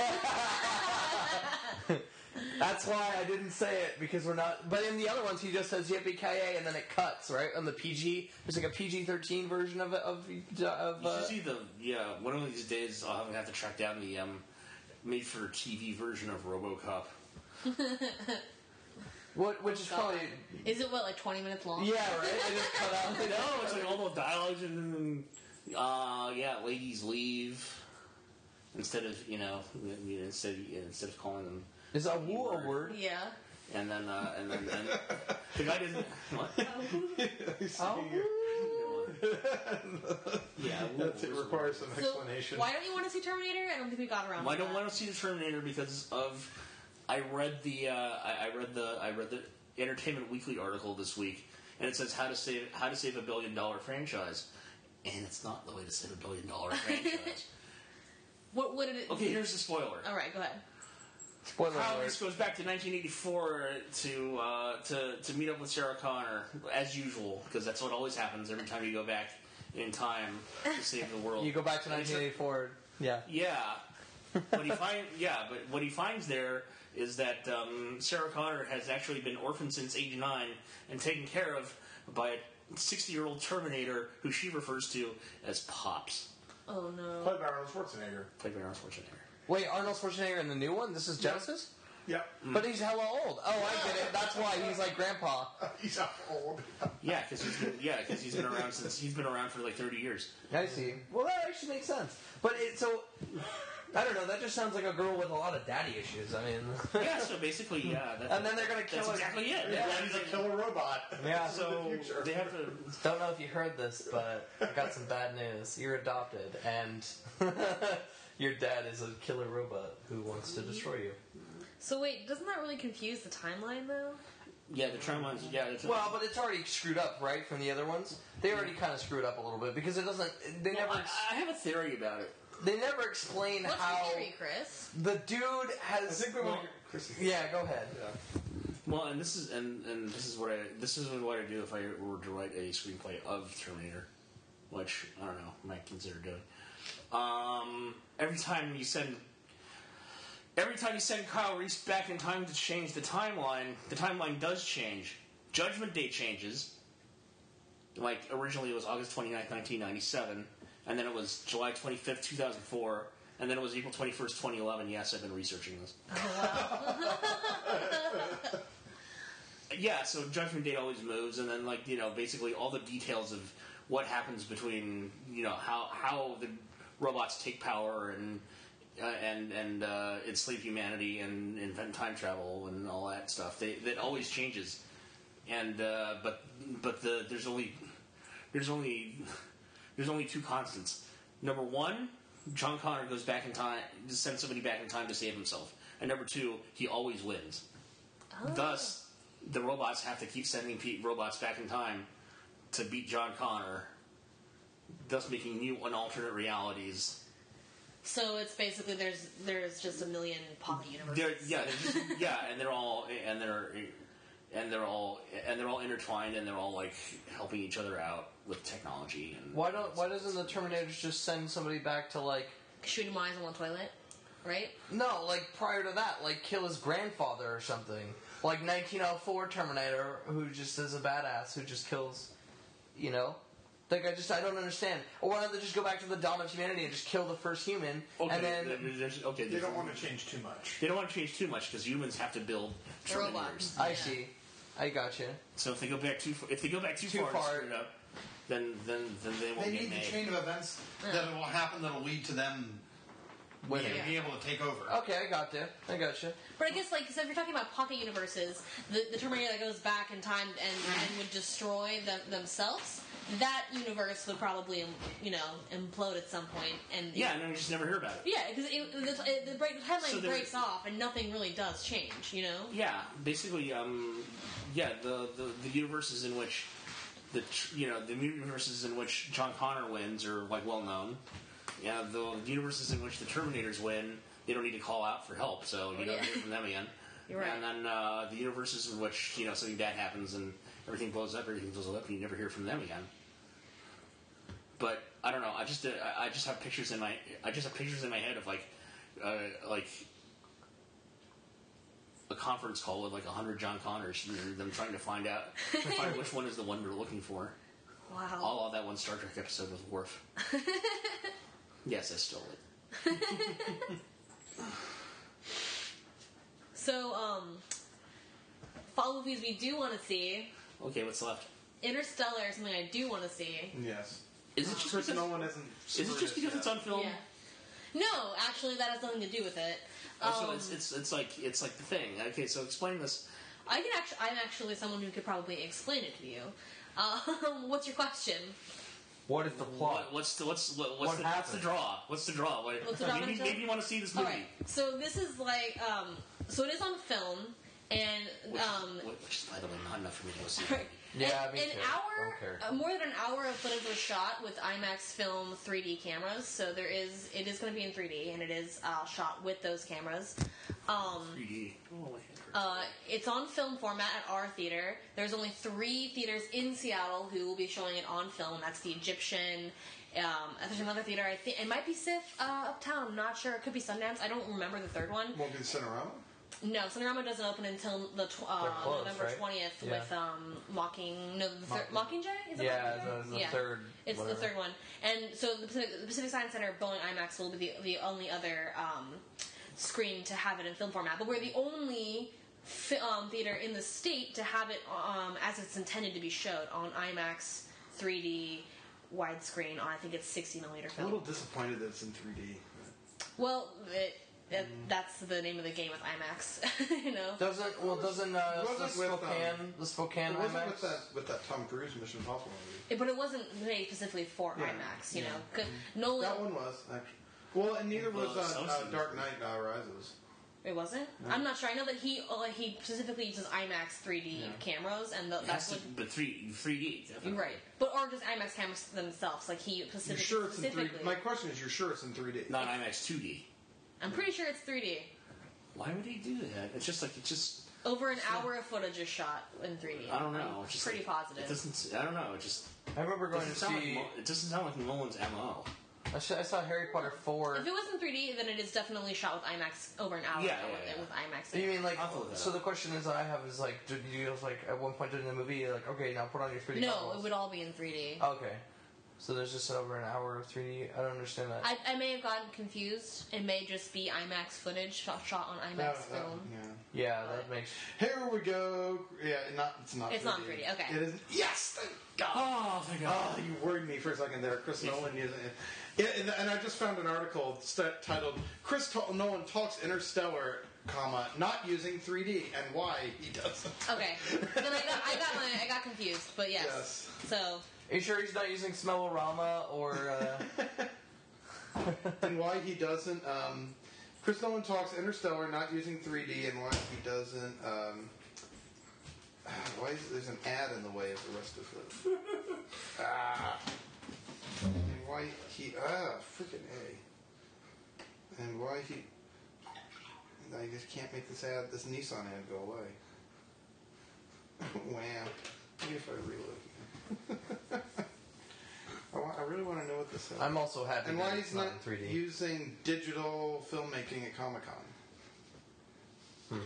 C: That's why I didn't say it because we're not. But in the other ones, he just says yippee ki yay, and then it cuts right on the PG. There's like a PG thirteen version of it- of of.
A: You
C: Uh,
A: should see the yeah. One of these days, I'll have- have to track down the um, made-for-TV version of RoboCop.
C: what, which is probably
B: Is it what like twenty minutes long?
C: yeah, right. It just cut out.
A: No, it's like all the dialogues and uh, yeah, ladies leave instead of you know you know, instead of, instead of calling them
C: Is a woo a word?
B: Yeah.
A: and then uh, and then and the guy didn't what?
C: Oh,
A: Yeah,
D: That's, it requires some
B: So
D: explanation.
B: why don't you want to see Terminator? I don't think we got around.
A: Well, I
B: to
A: don't
B: that.
A: want to see the Terminator because of I read the uh, I, I read the I read the Entertainment Weekly article this week, and it says how to save how to save a billion dollar franchise, and it's not the way to save a billion dollar franchise.
B: What would it?
A: okay, here's the spoiler.
B: All right, go ahead.
C: spoiler
A: How
C: alert.
A: this goes back to 1984 to uh, to to meet up with Sarah Connor as usual because that's what always happens every time you go back in time to save the world.
C: You go back to
A: And it's-
C: 1984. Yeah.
A: Yeah. what he find, yeah, but what he finds there is that um, Sarah Connor has actually been orphaned since '89 and taken care of by a 60-year-old Terminator who she refers to as Pops,
B: Oh no.
D: Played by Arnold Schwarzenegger.
A: played by Arnold Schwarzenegger.
C: Wait, Arnold Schwarzenegger in the new one? This is Genesis?
D: Yep.
A: Mm.
C: But he's hella old. Oh, I get it. That's why he's like grandpa.
D: He's old.
A: Yeah, because he's been, yeah, 'cause he's been around since he's been around for like 30 years.
C: I see. Well, that actually makes sense. But it so I don't know. That just sounds like a girl with a lot of daddy issues. I mean,
A: Yeah, so basically, yeah. That's,
C: And then they're gonna kill
A: that's
C: her.
A: exactly it.
C: Yeah.
D: He's a killer robot.
C: yeah.
A: So
D: In the future.
A: they have to.
C: Don't know if you heard this, but I got some bad news. You're adopted, and your dad is a killer robot who wants to destroy you.
B: So wait, doesn't that really confuse the timeline though?
A: Yeah, the timelines. Yeah, the
C: Well, but it's already screwed up, right? From the other ones, they already kind of screwed up a little bit because it doesn't. They never.
A: I, I have a theory about it.
C: They never explain
B: What's
C: how
B: your theory, Chris?
C: the dude has.
D: I think we
C: well,
D: want to hear Chris's-
C: Yeah, go ahead.
A: Well, and this is and, and this is what I this is what I do if I were to write a screenplay of Terminator, which I don't know might consider doing. Um, every time you send, every time you send Kyle Reese back in time to change the timeline, the timeline does change. Judgment Day changes. Like originally it was August 29th, 1997, and then it was July 25th, 2004, and then it was April 21st, 2011. Yes, I've been researching this. yeah, so judgment date always moves, and then like you know, basically all the details of what happens between you know how how the robots take power and uh, and and uh, enslave humanity and invent time travel and all that stuff. They that always changes, and uh, but but the there's only there's only there's only two constants. Number one, John Connor goes back in time, sends somebody back in time to save himself, and number two, he always wins. Thus, the robots have to keep sending Pete robots back in time to beat John Connor, thus making new and alternate realities.
B: So it's basically there's there's just a million pocket universes.
A: They're, yeah, they're just, yeah, and they're all and they're and they're all and they're all intertwined and they're all like helping each other out. with technology and
C: Why don't Why doesn't the Terminators just send somebody back to like
B: Shooting wise on one toilet, right?
C: no, like prior to that, like kill his grandfather or something, like 1904 Terminator, who just is a badass who just kills, you know. Like I just I don't understand. Or why don't they just go back to the dawn of humanity and just kill the first human
A: okay,
C: and then
A: th- there's, okay
D: They
A: there's-
D: don't want to change too much.
A: they don't want to change too much because humans have to build
B: The robot.
A: Terminators.
C: I
B: Yeah.
C: see, I gotcha.
A: So if they go back too far, if they go back too,
C: Too
A: far,
C: far.
A: and screw it up, then then then they won't
D: They
A: get
D: need the
A: made.
D: chain of events that will happen that will lead to them
C: Wait.
D: being, being able to take over.
C: Okay, I got you. I got you.
B: But I guess like so if you're talking about pocket universes, the, the Terminator that goes back in time and, and would destroy them, themselves, that universe would probably you know implode at some point. And
A: yeah, and then we just never hear about it.
B: yeah, because the, it- the break, headline
A: So there-
B: breaks off and nothing really does change. You know,
A: Yeah, basically, um, yeah, the, the the universes in which the tr- you know the universes in which John Connor wins are like well known. Yeah, the universes in which the Terminators win, they don't need to call out for help, so you don't
B: Yeah.
A: hear from them again.
B: You're right.
A: And then uh, the universes in which you know something bad happens and everything blows up, everything blows up, and you never hear from them again. But I don't know. I just uh, I- I just have pictures in my I just have pictures in my head of like uh, like a conference call with like hundred John Connors and them trying to find out find which one is the one they're looking for.
B: wow.
A: All of that one Star Trek episode with Worf. yes, I stole it.
B: So um, fall movies we do want to see.
A: Okay, what's left?
B: Interstellar is something I do want to see.
D: Yes.
A: Is it just
D: Chris
A: because,
D: Nolan isn't.
A: is it just because it's on film?
B: Yeah. No, actually, that has nothing to do with it.
A: Oh, so
B: Um,
A: it's, it's it's like it's like the thing. Okay, so explain this.
B: I can actually, I'm actually someone who could probably explain it to you. Um, what's your question?
C: What is the
A: What, what's the what's what, what's
C: What
A: the what's the
C: happened?
A: draw? What's the draw? What,
B: What's the draw
A: maybe,
B: gonna
A: maybe
B: say?
A: you want to see this
B: All
A: movie.
B: right. So this is like, um, so it is on film, and
A: Which,
B: um,
A: which, is, by the way, not enough for me to go see.
C: Yeah,
B: an,
C: me
B: an
C: too. Don't
B: hour,
C: care.
B: uh, more than an hour of footage was shot with IMAX film 3D cameras. So there is, it is going to be in 3D, and it is uh, shot with those cameras. Um,
A: 3D. Oh, my head hurts.
B: Uh, it's on film format at our theater. There's only three theaters in Seattle who will be showing it on film. That's the Egyptian. Um, there's another theater. I think it might be SIF uh, uptown. I'm not sure. It could be Sundance. I don't remember the third one.
D: Won't be Cinerama.
B: No, Cinerama doesn't open until the tw- uh,
C: They're closed,
B: November
C: right?
B: 20th
C: Yeah.
B: with um, Mocking. No, the thir-
C: Mocking-
B: Mockingjay. Is it
C: Yeah,
B: Mockingjay?
C: the, the
B: Yeah.
C: third.
B: It's
C: whatever.
B: the third one, and so the Pacific, the Pacific Science Center, Boeing IMAX will be the, the only other um, screen to have it in film format. But we're the only fi- um, theater in the state to have it um, as it's intended to be showed on IMAX 3D widescreen. On I think it's 60 millimeter
D: I'm a little
B: film.
D: disappointed that it's in 3D.
B: Well, it, it,
C: Mm.
B: that's the name of the game with IMAX, you know.
C: Doesn't well doesn't uh,
D: Wasn't
C: the
D: with, um,
C: Spokane the Spokane
D: It wasn't
C: IMAX?
D: with that with that Tom Cruise Mission Impossible movie.
B: It- but it wasn't made specifically for
D: Yeah.
B: IMAX, you
D: Yeah.
B: know. 'Cause
A: Mm-hmm.
B: Nolan,
D: That one was actually. Well, and neither was
A: Well,
D: uh,
A: some
D: uh,
A: scenes.
D: Dark Knight uh, Rises.
B: it wasn't. I'm not sure. I know that he uh, he specifically uses IMAX 3D cameras, and the,
A: It
B: that's
A: has
B: what
A: to, but 3 3D. definitely.
B: You're right. But or just IMAX cameras themselves, like he
D: You're
B: specific,
D: sure it's in 3D?
B: specifically.
D: My question is, you're sure it's in 3D?
A: Not IMAX 2D.
B: I'm pretty sure it's 3D.
A: Why would he do that? It's just like it's just
B: Over an hour of footage is shot in 3D.
A: I don't know.
B: I'm
A: It's just
B: pretty
A: like- It
B: positive.
A: doesn't. I don't know. It just
C: I remember going
A: doesn't
C: to
A: sound like
C: see.
A: Mo- it doesn't sound like Nolan's mo.
C: I saw, I saw Harry Potter four.
B: If it was in 3D, then it is definitely shot with IMAX over an hour
A: Yeah,
B: ago
A: yeah,
B: with,
A: yeah.
B: with IMAX.
C: Do you mean like?
A: I'll look that
C: So
A: up.
C: the question is that I have is like, did you guys, like at one point during the movie you're like, okay, now put on your three D?
B: no, it would all be in 3D.
C: Okay, so there's just over an hour of three D. I don't understand that.
B: I, I may have gotten confused. It may just be IMAX footage shot, shot on IMAX
D: That- that-
B: film.
D: yeah.
C: yeah, that makes.
D: Here we go. Yeah, not it's not.
B: It's
D: 3D.
B: not 3D, okay.
D: It is. Yes. Thank God.
A: Oh, thank
D: Oh, you worried me for a second there, Chris Nolan. Is, yeah, and, and I just found an article st- titled "Chris T- Nolan talks Interstellar, comma not using 3D and why he doesn't."
B: Okay. then I got, I got my I got confused, but yes.
D: Yes.
B: So
C: Are you sure he's not using Smellorama or? Uh,
D: and why he doesn't. Um, Chris Nolan talks Interstellar, not using 3D, and why he doesn't. Um, ah, why is there's an ad in the way of the rest of it? ah, and why he ah freaking a, and why he. I just can't make this ad, this Nissan ad, go away. Wham! Maybe if I reload. I really want to know what this is.
C: I'm also happy
D: and
C: that
D: why
C: it's
D: he's
C: not,
D: not,
C: in 3D.
D: using digital filmmaking at Comic Con.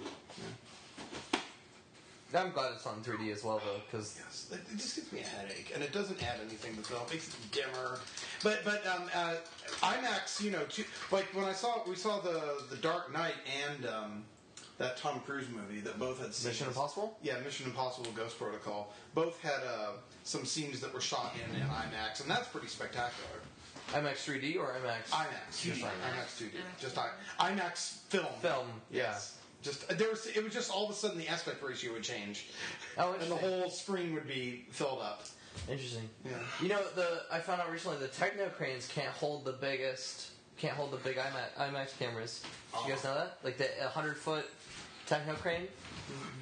C: I'm glad it's not in 3D as well, though, because
D: Yes, it, it just gives me a headache, and it doesn't add anything to the film. It makes it dimmer. But but um, uh, IMAX, you know, too, like when I saw we saw the the Dark Knight and um, that Tom Cruise movie that both had scenes-
C: Mission Impossible?
D: Yeah, Mission Impossible: Ghost Protocol. Both had uh, some scenes that were shot in, in IMAX, and that's pretty spectacular.
C: IMAX 3D or IMAX?
D: IMAX, just IMAX, IMAX 2D, just I, IMAX film.
C: Film,
D: yes. Just uh, there was, it was just all of a sudden the aspect ratio would change,
C: Oh,
D: and the
C: interesting.
D: whole screen would be filled up.
C: Interesting.
D: Yeah.
C: You know, the I found out recently the techno cranes can't hold the biggest, can't hold the big IMAX, IMAX cameras. Did you guys know that? Like the 100 foot techno crane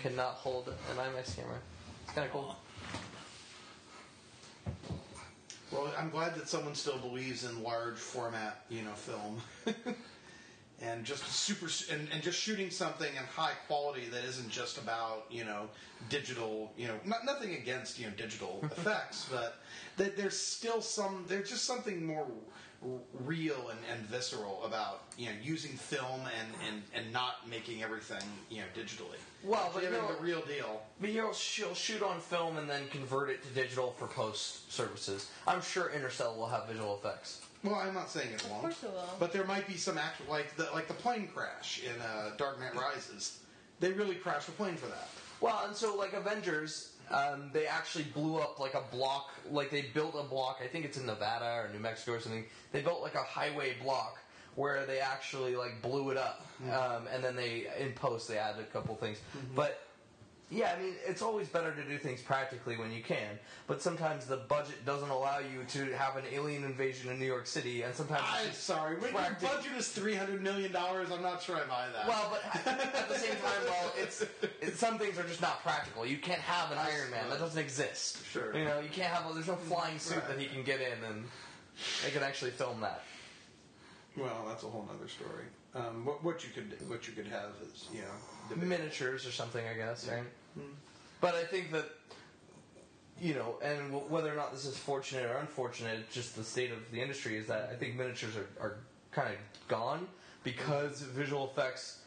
C: cannot hold an IMAX camera. It's kind of cool.
D: Well, I'm glad that someone still believes in large format, you know, film, and just super, and, and just shooting something in high quality that isn't just about, you know, digital, you know, not, nothing against you know digital effects, but that there's still some, there's just something more r- real and, and visceral about you know using film and, and and not making everything you know digitally.
C: Well, but you
D: Giving
C: know-
D: the real deal.
C: But you'll she'll shoot on film and then convert it to digital for post services. I'm sure Interstellar will have visual effects.
D: Well, I'm not saying it won't.
B: course it will.
D: But there might be some actual, like the like the plane crash in uh, Dark Knight Rises. They really crashed a plane for that.
C: Well, and so like Avengers, um, they actually blew up like a block. Like they built a block. I think it's in Nevada or New Mexico or something. They built like a highway block where they actually like blew it up, um, and then they in post they added a couple things. But yeah, I mean it's always better to do things practically when you can. But sometimes the budget doesn't allow you to have an alien invasion in New York City, and sometimes it's
D: I'm
C: just-
D: sorry. When your
C: Practic-
D: budget is three hundred million dollars, I'm not sure I buy that.
C: Well, but at the same time, well, it's, it's some things are just not practical. You can't have an Iron Man that doesn't exist.
D: Sure.
C: You know, you can't have. There's no flying suit that he can get in, and they can actually film that.
D: well, that's a whole other story. Um, what, what you could what you could have is you know the big-
C: Miniatures or something, I guess. Right. But I think that you know, and w- whether or not this is fortunate or unfortunate, it's just the state of the industry is that I think miniatures are, are kind of gone because visual effects.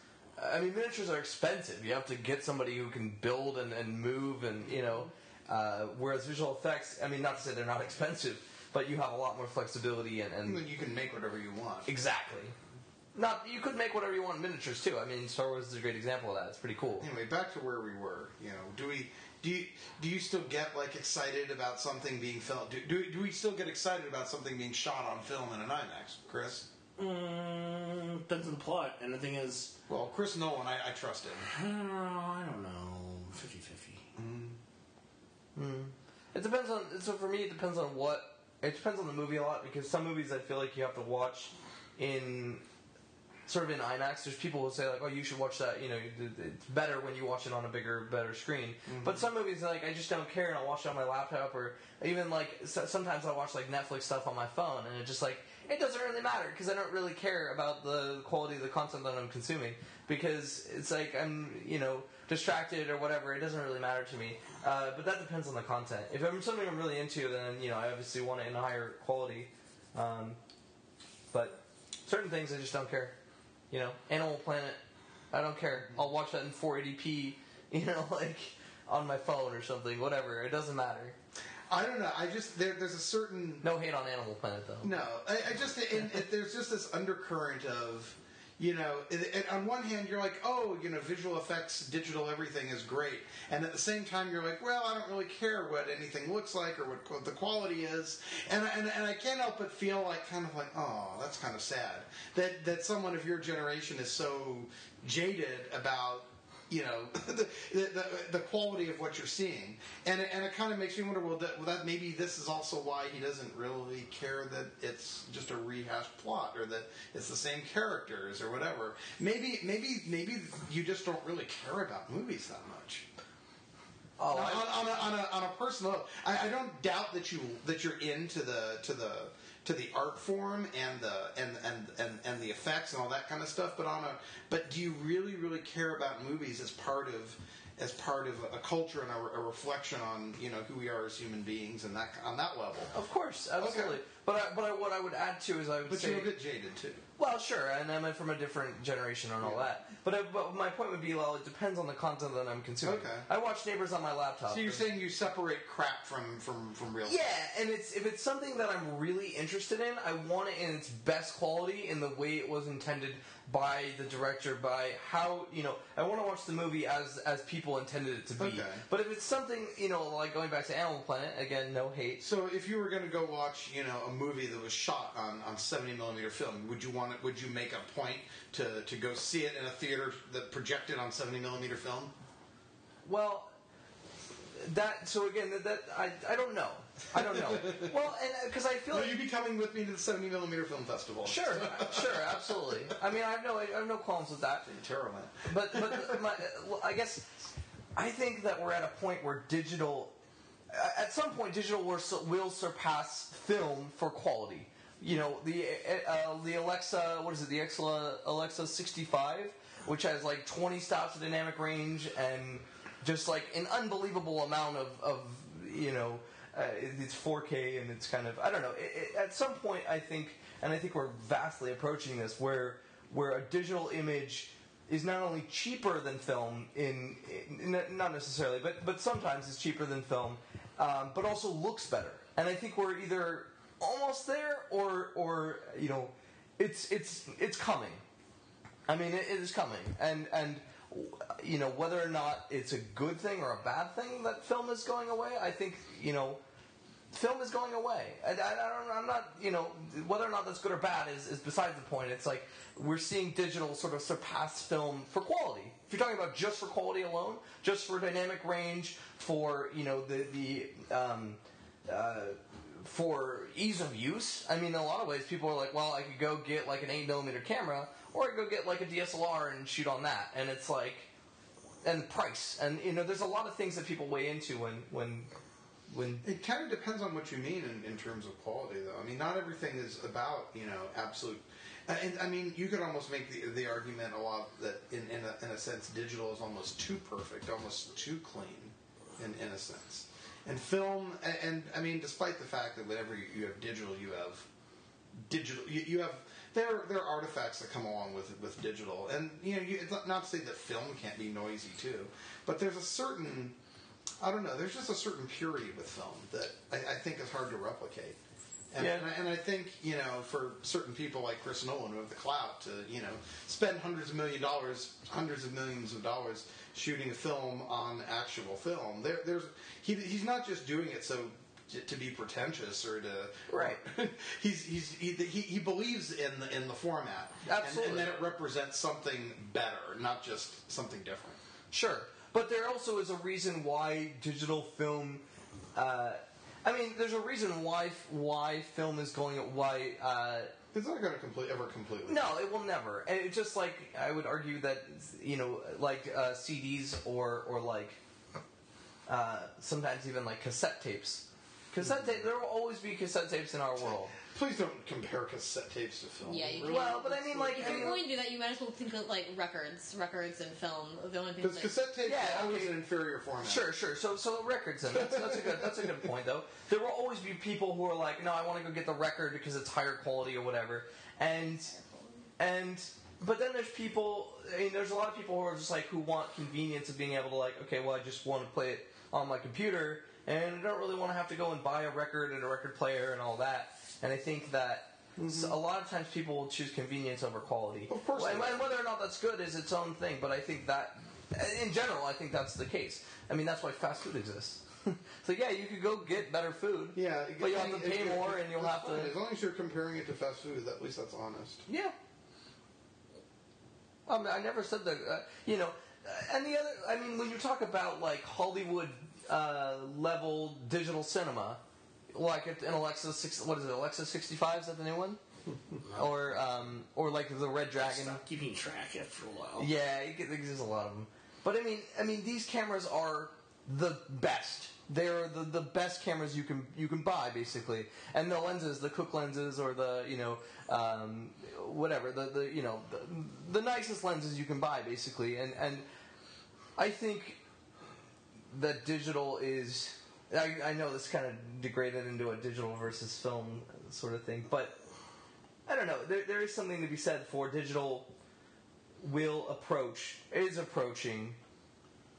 C: I mean, miniatures are expensive. You have to get somebody who can build and, and move, and you know. Uh, whereas visual effects, I mean, not to say they're not expensive, but you have a lot more flexibility and, and
D: you can make whatever you want.
C: exactly. Not you could make whatever you want in miniatures too. I mean, Star Wars is a great example of that. It's pretty cool.
D: Anyway, back to where we were. You know, do we do you, do you still get like excited about something being filmed? Do, do do we still get excited about something being shot on film in an IMAX, Chris?
A: Mm, depends on the plot, and the thing is,
D: Well, Chris Nolan, I, I trust him.
A: I don't know, Uh, I don't know, 50 50.
C: It depends on. So for me, it depends on what. It depends on the movie a lot because some movies I feel like you have to watch in sort of in IMAX. There's people who say like, "Oh, you should watch that." You know, it- it's better when you watch it on a bigger, better screen. But some movies like I just don't care and I'll watch it on my laptop or even like so- sometimes I watch like Netflix stuff on my phone and it just like it doesn't really matter because I don't really care about the quality of the content that I'm consuming because it's like I'm you know distracted or whatever. It doesn't really matter to me. Uh, but that depends on the content. If I'm something I'm really into, then you know I obviously want it in a higher quality. Um, but certain things I just don't care. You know, Animal Planet, I don't care. I'll watch that in 480p. You know, like on my phone or something. Whatever. It doesn't matter.
D: I don't know. I just there, there's a certain
C: No hate on Animal Planet though.
D: no. I, I just and, and there's just this undercurrent of you know. And, and on one hand, you're like, oh, you know, visual effects, digital everything is great, and at the same time, you're like, well, I don't really care what anything looks like or what, qu the quality is, and, I- and and I can't help but feel like kind of like, oh, that's kind of sad that that someone of your generation is so jaded about you know the, the, the quality of what you're seeing and it, and it kind of makes me wonder well that, well that maybe this is also why he doesn't really care that it's just a rehashed plot or that it's the same characters or whatever maybe maybe maybe you just don't really care about movies that much
C: Oh,
D: on,
C: I-
D: on, on, a, on, a, on a personal level, I, I don't doubt that you that you're into the to the to the art form and the and, and and and the effects and all that kind of stuff. But on a but do you really really care about movies as part of as part of a culture and a, a reflection on you know who we are as human beings and that on that level?
C: Of course, absolutely. But I, but I, what I would add to is I would
D: But
C: say
D: you're a bit jaded too.
C: well, sure, and I'm from a different generation and all that. But, I, but my point would be, well, it depends on the content that I'm consuming.
D: Okay.
C: I watch Neighbors on my laptop.
D: So you're
C: and-
D: saying you separate crap from from from real?
C: Yeah, and it's if it's something that I'm really interested in, I want it in its best quality in the way it was intended by the director, by how you know I want to watch the movie as as people intended it to be.
D: Okay.
C: But if it's something you know like going back to Animal Planet again, no hate.
D: So if you were going to go watch, you know, a movie that was shot on, on 70 millimeter film, would you want it? Would you make a point to, to go see it in a theater that projected on 70 millimeter film?
C: Well, that so again that, that I I don't know I don't know. well, and because I feel
D: Will
C: like
D: you be coming with me to the 70 millimeter film festival?
C: sure sure absolutely. I mean I have no I have no qualms with that.
D: Terrible.
C: but but my, well, I guess I think that we're at a point where digital, at some point, digital will, su- will surpass film for quality. You know the uh, the Alexa, what is it? The Alexa Alexa sixty five, which has like twenty stops of dynamic range and just like an unbelievable amount of of you know. Uh, it's 4K and it's kind of I don't know. It, it, at some point, I think, and I think we're vastly approaching this, where where a digital image is not only cheaper than film in, in n- not necessarily, but but sometimes it's cheaper than film, um, but also looks better. And I think we're either almost there or or you know, it's it's it's coming. I mean, it, it is coming, and and you know whether or not it's a good thing or a bad thing that film is going away. I think you know. Film is going away. I, I, I don't. I'm not. You know, whether or not that's good or bad is, is besides the point. It's like we're seeing digital sort of surpass film for quality. If you're talking about just for quality alone, just for dynamic range, for you know the the um, for ease of use. I mean, in a lot of ways, people are like, well, I could go get like an 8mm camera, or I could go get like a DSLR and shoot on that. And it's like, and price. And, you know, there's a lot of things that people weigh into when, when, when.
D: It kind of depends on what you mean in, in terms of quality, though. I mean, not everything is about you know absolute. uh, And, and, I mean, you could almost make the, the argument a lot that in in a, in a sense, digital is almost too perfect, almost too clean, in in a sense. And film, and, and I mean, despite the fact that whenever you, you have digital, you have digital. You, you have there there are artifacts that come along with with digital, and you know, you, it's not, not to say that film can't be noisy too, but there's a certain I don't know. There's just a certain purity with film that I, I think is hard to replicate. And,
C: Yeah.
D: and, I, and I think you know, for certain people like Chris Nolan with the clout to you know spend hundreds of million dollars, hundreds of millions of dollars shooting a film on actual film. There, there's he, he's not just doing it so to, to be pretentious or to
C: Right.
D: he's he's he, he, he believes in the in the format
C: Absolutely.
D: and, and that it represents something better, not just something different.
C: Sure. But there also is a reason why digital film. Uh, I mean, there's a reason why why film is going why uh,
D: It's not going to complete ever completely.
C: No, it will never. And it's just like I would argue that you know, like uh, CDs or or like uh, sometimes even like cassette tapes. Cassette tape. There will always be cassette tapes in our world.
D: Please don't compare cassette tapes to film.
B: Yeah, you
D: Really?
C: Well, but I mean, like,
B: If
C: I
B: you're
C: mean,
B: going to do that, you might as well think of like records, records and film. The only things
D: Because
B: like,
D: cassette tapes
C: Yeah,
D: are always
C: okay.
D: an inferior format.
C: Sure, sure. So, so records, and that's, that's a good, that's a good point though. There will always be people who are like, no, I want to go get the record because it's higher quality or whatever, and and but then there's people. I mean, there's a lot of people who are just like who want convenience of being able to like, okay, well, I just want to play it on my computer, and I don't really want to have to go and buy a record and a record player and all that. And I think that. s a a lot of times people will choose convenience over quality.
D: Mm-hmm. Of course
C: Well,
D: they
C: and-
D: will.
C: and whether or not that's good is its own thing, but I think that, in general, I think that's the case. I mean, that's why fast food exists. so yeah, you could go get better food.
D: Yeah,
C: But you'll have to pay more and you'll
D: it's
C: have to-
D: fine. As long as you're comparing it to fast food, at least that's honest.
C: Yeah. Um, I never said that. Uh, you know, uh, and the other. I mean, when you talk about like Hollywood uh, level digital cinema, like it- an Alexa six. What is it? Alexa sixty five? Is that the new one? or um, or like the Red Dragon.
A: Stop keeping track after a while.
C: Yeah, it gets, there's a lot of them. But I mean, I mean, these cameras are the best. They are the, the best cameras you can you can buy basically, and the lenses, the Cook lenses or the you know um, whatever the, the you know the, the nicest lenses you can buy basically, and and I think that digital is I, I know this kind of degraded into a digital versus film sort of thing, but I don't know. There, there is something to be said for digital will approach is approaching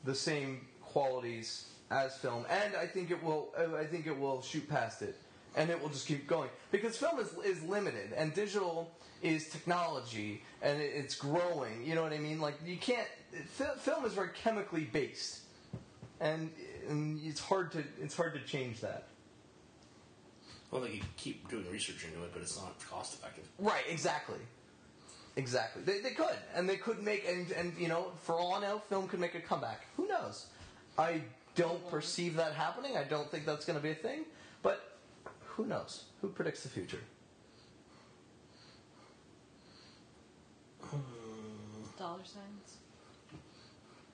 C: the same qualities as film, and I think it will. I think it will shoot past it, and it will just keep going because film is is limited, and digital is technology, and it, it's growing. You know what I mean? Like you can't. Fil- film is very chemically based, and and it's hard to it's hard to change that.
A: Well, they could keep doing research into it, but it's not cost effective.
C: Right, exactly. Exactly. They, they could. And they could make, and, and, you know, for all I know, film could make a comeback. Who knows? I don't perceive that happening. I don't think that's going to be a thing. But who knows? Who predicts the future?
B: Dollar signs.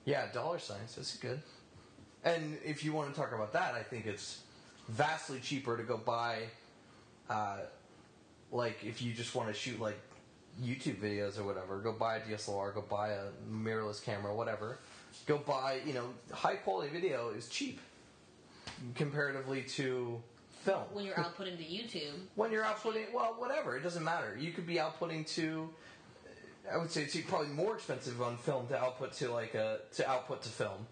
C: Yeah, dollar signs. That's good. And if you want to talk about that, I think it's vastly cheaper to go buy, uh, like, if you just want to shoot, like, YouTube videos or whatever, go buy a DSLR, go buy a mirrorless camera, whatever. Go buy, you know, high quality video is cheap comparatively to film.
B: When you're outputting to YouTube,
C: When you're outputting, well, whatever, it doesn't matter. You could be outputting to, I would say it's probably more expensive on film to output to like a to output to film,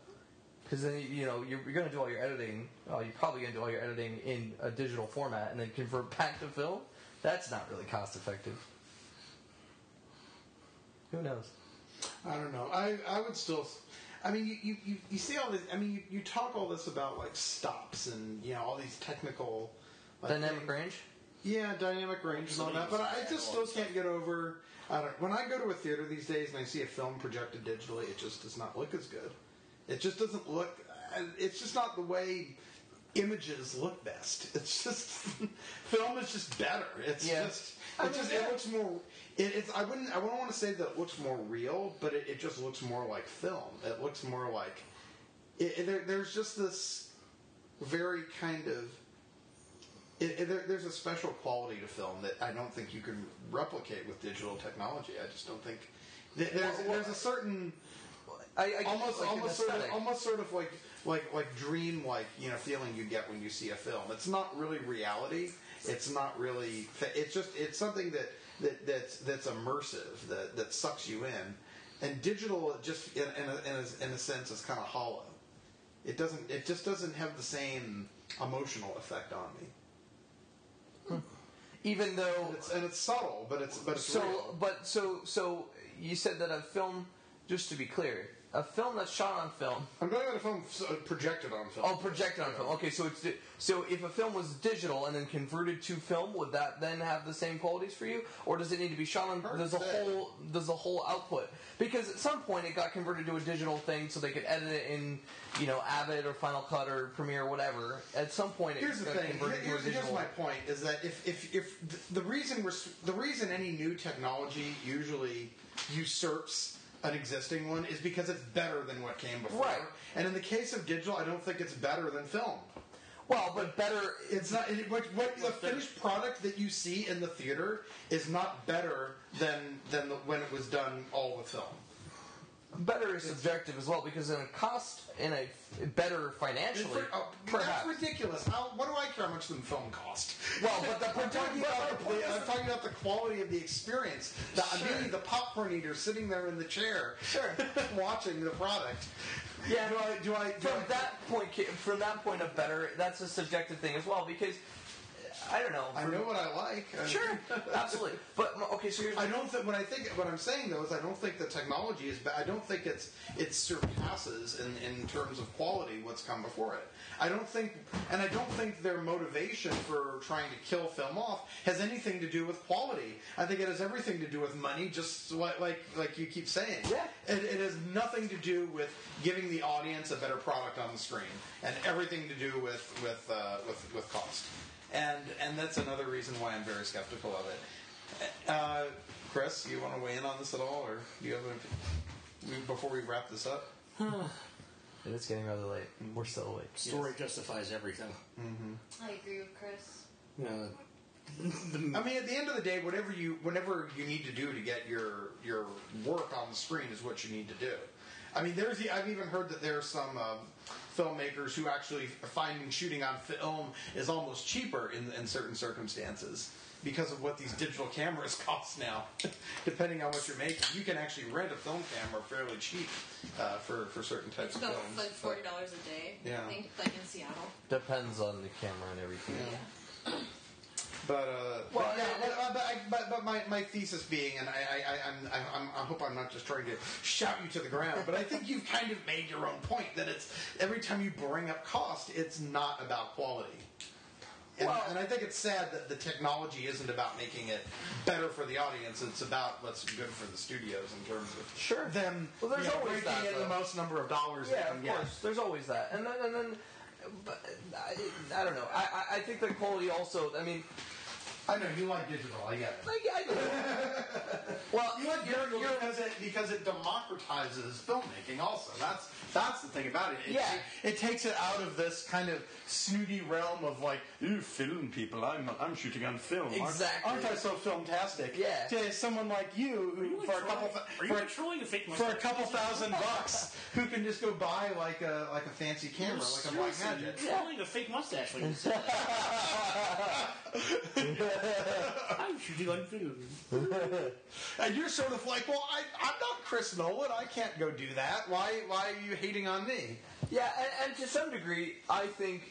C: because then you know you're, you're going to do all your editing. Oh, you're probably going to do all your editing in a digital format and then convert back to film. That's not really cost effective. Who knows?
D: I don't know. I, I would still. I mean, you, you, you, you see all this. I mean, you, you talk all this about like stops and you know all these technical like,
C: Dynamic
D: things.
C: range.
D: Yeah, dynamic range and all that. But I just still can't get over. I don't. When I go to a theater these days and I see a film projected digitally, it just does not look as good. It just doesn't look. It's just not the way images look best. It's just film is just better. It's
C: Yeah.
D: just.
C: I
D: It
C: mean,
D: just
C: yeah.
D: it looks more. It, it's. I wouldn't. I wouldn't want to say that it looks more real, but it, it just looks more like film. It looks more like. It, it- there, there's just this very kind of. It, it, there, there's a special quality to film that I don't think you can replicate with digital technology. I just don't think. there- There's,
C: Well, well,
D: there's a certain
C: I, I get
D: almost
C: like an
D: almost sort of
C: aesthetic.
D: almost sort of like like like dream like you know feeling you get when you see a film. It's not really reality. It's not really. It's just it's something that that that's that's immersive that that sucks you in. And digital just in in a, in a, in a sense is kind of hollow. It doesn't. It just doesn't have the same emotional effect on me.
C: even though
D: And it's and it's subtle, but it's but it's
C: So,
D: real.
C: but so, so you said that a film, just to be clear, a film that's shot on film,
D: I'm talking about a film uh, projected on film.
C: oh, projected on film. Okay, so it's di- so if a film was digital and then converted to film, would that then have the same qualities for you, or does it need to be shot on?
D: Hard
C: There's a
D: to say.
C: whole, there's a whole output because at some point it got converted to a digital thing, so they could edit it in, you know, Avid or Final Cut or Premiere, or whatever. At some point, it
D: here's the
C: got
D: thing. Here-
C: converted to a
D: Here's, here's
C: digital.
D: my point: is that if if, if th- the reason we're, s- the reason any new technology usually usurps an existing one is because it's better than what came before.
C: Right.
D: And in the case of digital, I don't think it's better than film.
C: well, but better.
D: It's not it, what, what the finished product that you see in the theater is not better than than the, when it was done all with film.
C: better is subjective as well because in a cost in a f- better financially
D: For- oh,
C: perhaps
D: that's ridiculous. How, what do I care how much the film cost?
C: well but the
D: I'm talking, about the,
C: point
D: I'm
C: is-
D: talking about the quality of the experience. The,
C: Sure.
D: Being the popcorn eater sitting there in the chair,
C: Sure.
D: watching the product.
C: Yeah.
D: do I? Do I? Do
C: from
D: I
C: that point ca- from that point of better that's a subjective thing as well because uh, I don't know
D: I
C: for-
D: know what I like. I-
C: sure absolutely but m- okay so here's
D: I don't think. What I think. What I'm saying though is, I don't think the technology is. ba- I don't think it's it surpasses in in terms of quality what's come before it. I don't think, and I don't think their motivation for trying to kill film off has anything to do with quality. I think it has everything to do with money. Just like like like you keep saying.
C: Yeah.
D: It, it has nothing to do with giving the audience a better product on the screen, and everything to do with with uh, with, with cost. And and that's another reason why I'm very skeptical of it. Uh, Chris, you want to weigh in on this at all, or do you have a, we- before we wrap this up?
C: it is getting rather late we're still awake
A: Story justifies everything.
B: I agree with Chris.
A: You know,
D: I mean, at the end of the day, whatever you, whenever you need to do to get your your work on the screen is what you need to do. I mean, there's. the- I've even heard that there's some um, filmmakers who actually finding shooting on film is almost cheaper in, in certain circumstances because of what these digital cameras cost now. Depending on what you're making, you can actually rent a film camera fairly cheap uh, for for certain
E: It's
D: types of
E: about
D: films.
E: like forty dollars a day.
D: Yeah.
E: I think like in Seattle.
C: Depends on the camera and everything.
E: Yeah.
D: But uh,
C: Well,
D: but, yeah,
C: yeah,
D: but, but, I- but, but my, my thesis being, and I, I, I, I'm, I, I'm, I hope I'm not just trying to shout you to the ground, but I think you've kind of made your own point that it's every time you bring up cost, it's not about quality. And,
C: Well-
D: and I think it's sad that the technology isn't about making it better for the audience. It's about what's good for the studios in terms of
C: Sure.
D: them
C: Well, there's
D: you know,
C: always
D: breaking
C: that,
D: in the
C: though.
D: most number of dollars. they
C: Yeah,
D: can
C: of
D: get.
C: course. There's always that, and then and then, but I, I don't know. I, I- I think the quality also. I mean,
D: I know you like digital. I get it.
C: I, I well,
D: You like
C: you're-
D: Miracle
C: you're-
D: because it because it democratizes filmmaking. Also, that's that's the thing about it. it
C: Yeah.
D: it takes it out of this kind of snooty realm of like, ooh, film people. I'm I'm shooting on film. Aren't-
C: Exactly.
D: Aren't, I so filmtastic?
C: Yeah.
D: To someone like you, who, for a couple
A: Are
D: thou-
A: you
D: for,
A: controlling a fake
D: for a
A: mustache?
D: couple thousand bucks, who can just go buy like a like a fancy camera, like a black
A: Seriously,
D: magic.
A: You're controlling a fake mustache when you say that. I'm shooting on film.
D: And you're sort of like, well, I, I'm not Chris Nolan. I can't go do that. Why why are you hating on me?
C: yeah, and, and to some degree, I think.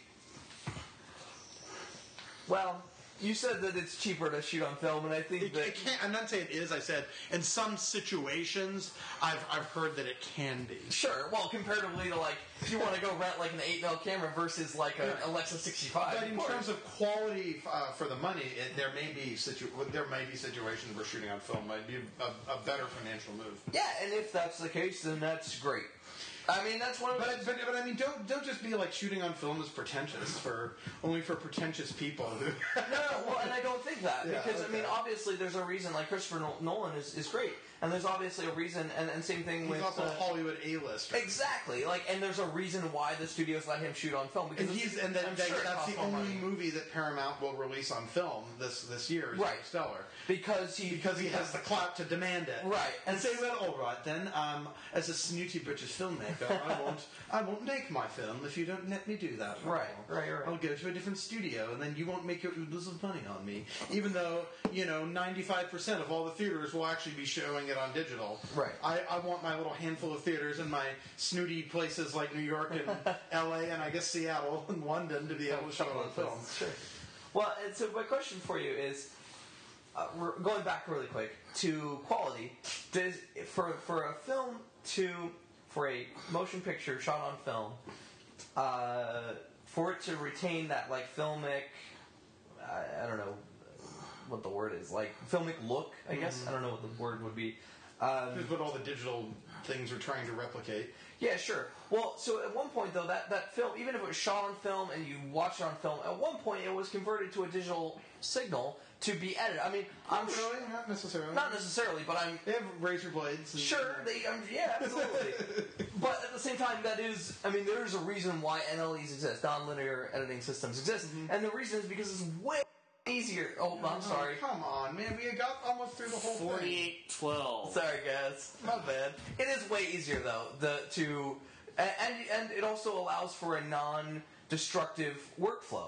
C: Well, you said that it's cheaper to shoot on film, and I think
D: It,
C: that
D: it can't, I'm not saying it is. I said in some situations, I've I've heard that it can be.
C: Sure. Well, comparatively to like, if you want to go rent like an eight mil camera versus like an Alexa sixty five.
D: But in terms of quality uh, for the money, it, there may be situ- there may be situations where shooting on film might be a, a better financial move.
C: yeah, and if that's the case, then that's great. I mean, that's one of
D: But,
C: the.
D: but but I mean, don't don't just be like shooting on film is pretentious for only for pretentious people. Who
C: No, no, well, and I don't think that
D: Yeah,
C: because I mean,
D: okay.
C: obviously, there's a reason. Like Christopher Nol- Nolan is, is great, and there's obviously a reason, and, and same thing with
D: he's also
C: uh,
D: Hollywood A list.
C: exactly like, and there's a reason why the studios let him shoot on film because
D: And he's and
C: I'm
D: that, that,
C: sure it
D: that's
C: costs
D: the
C: more
D: only
C: money.
D: movie that Paramount will release on film this this year. Is
C: Right.
D: Interstellar.
C: because he
D: because he has the clout to demand it.
C: Right.
D: And say, well, all right then, um, as a snooty British filmmaker, I won't, I won't make my film if you don't let me do that.
C: Right, right, right.
D: I'll go to a different studio, and then you won't make your oodles of money on me, even though you know ninety-five percent of all the theaters will actually be showing it on digital.
C: Right.
D: I, I want my little handful of theaters in my snooty places like New York and L.A. and I guess Seattle and London to be able to show it on film.
C: Sure. Well, and so my question for you is, uh, we're going back really quick to quality. Does for for a film to for a motion picture shot on film, uh, for it to retain that like filmic, I, I don't know what the word is, like filmic look. I
D: Mm-hmm.
C: guess I don't know what the word would be. Um,
D: Here's what all the digital things are trying to replicate.
C: yeah, sure. Well, so at one point though, that, that film, even if it was shot on film and you watched it on film, at one point it was converted to a digital signal to be edited. I mean, I'm sh-
D: Really? Not necessarily.
C: not necessarily, but I'm
D: They have razor blades. And
C: sure they. I'm, yeah, absolutely. but at the same time, that is, I mean, there is a reason why NLEs exist, nonlinear editing systems exist, and the reason is because it's way easier. Oh, I'm sorry.
D: Oh, come on, man. We got almost through the whole thing.
A: 4812.
C: Sorry, guys. My bad. It is way easier though the to and and, and it also allows for a non-destructive workflow.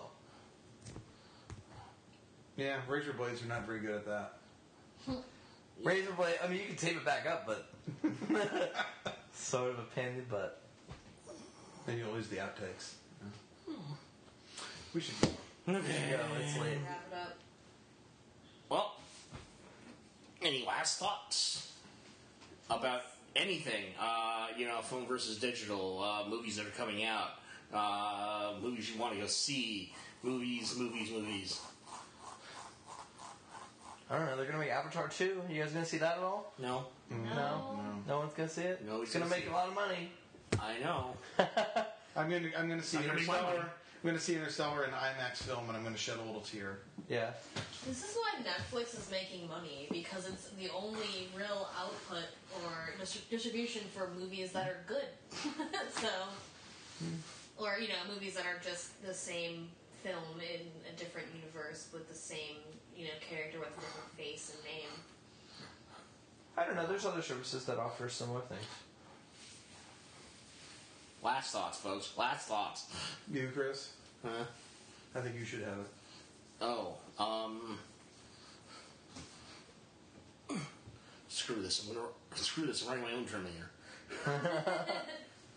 D: Yeah, razor blades are not very good at that.
C: Razor blade. I mean, you can tape it back up, but sort of a pain in the butt.
D: Then you'll lose the outtakes. We should.
C: Yeah, it's late.
E: Wrap it up.
A: Well, any last thoughts about anything? Uh, you know, film versus digital, uh, movies that are coming out, uh, movies you want to go see, movies, movies, movies.
C: I don't know. They're gonna make Avatar two. You guys gonna see that at all?
A: No,
C: No. No one's gonna see it.
A: Mm-hmm. No one's
C: it's gonna,
A: gonna
C: make
A: see
C: a
A: it.
C: lot of money.
A: I know.
D: I'm gonna. I'm gonna see
A: I'm gonna make my
D: Interstellar.
A: money.
D: I'm gonna see Interstellar in IMAX film, and I'm gonna shed a little tear.
C: Yeah.
B: This is why Netflix is making money because it's the only real output or dis- distribution for movies that are good. so,
A: Hmm.
B: or you know, movies that are just the same film in a different universe with the same you know character with a different face and name.
C: I don't know. There's other services that offer similar things.
A: Last thoughts, folks. Last thoughts.
D: You, Chris?
A: Huh?
D: I think you should have it.
A: Oh, um. Screw this. I'm gonna screw this. I'm writing my own German here.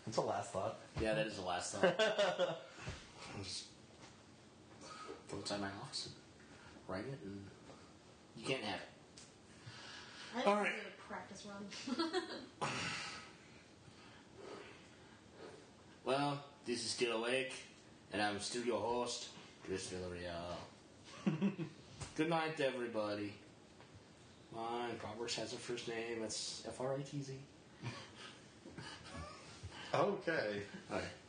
C: It's a last thought.
A: Yeah, that is the last thought. Go inside my office, write it, and you can't have it.
B: I
A: All
B: think
A: right.
B: we did a practice run.
A: Well, this is still awake, and I'm still your host, Chris Villarreal. Good night, everybody. Mine, Roberts has a first name. It's F R I T Z.
D: Okay.
A: All right.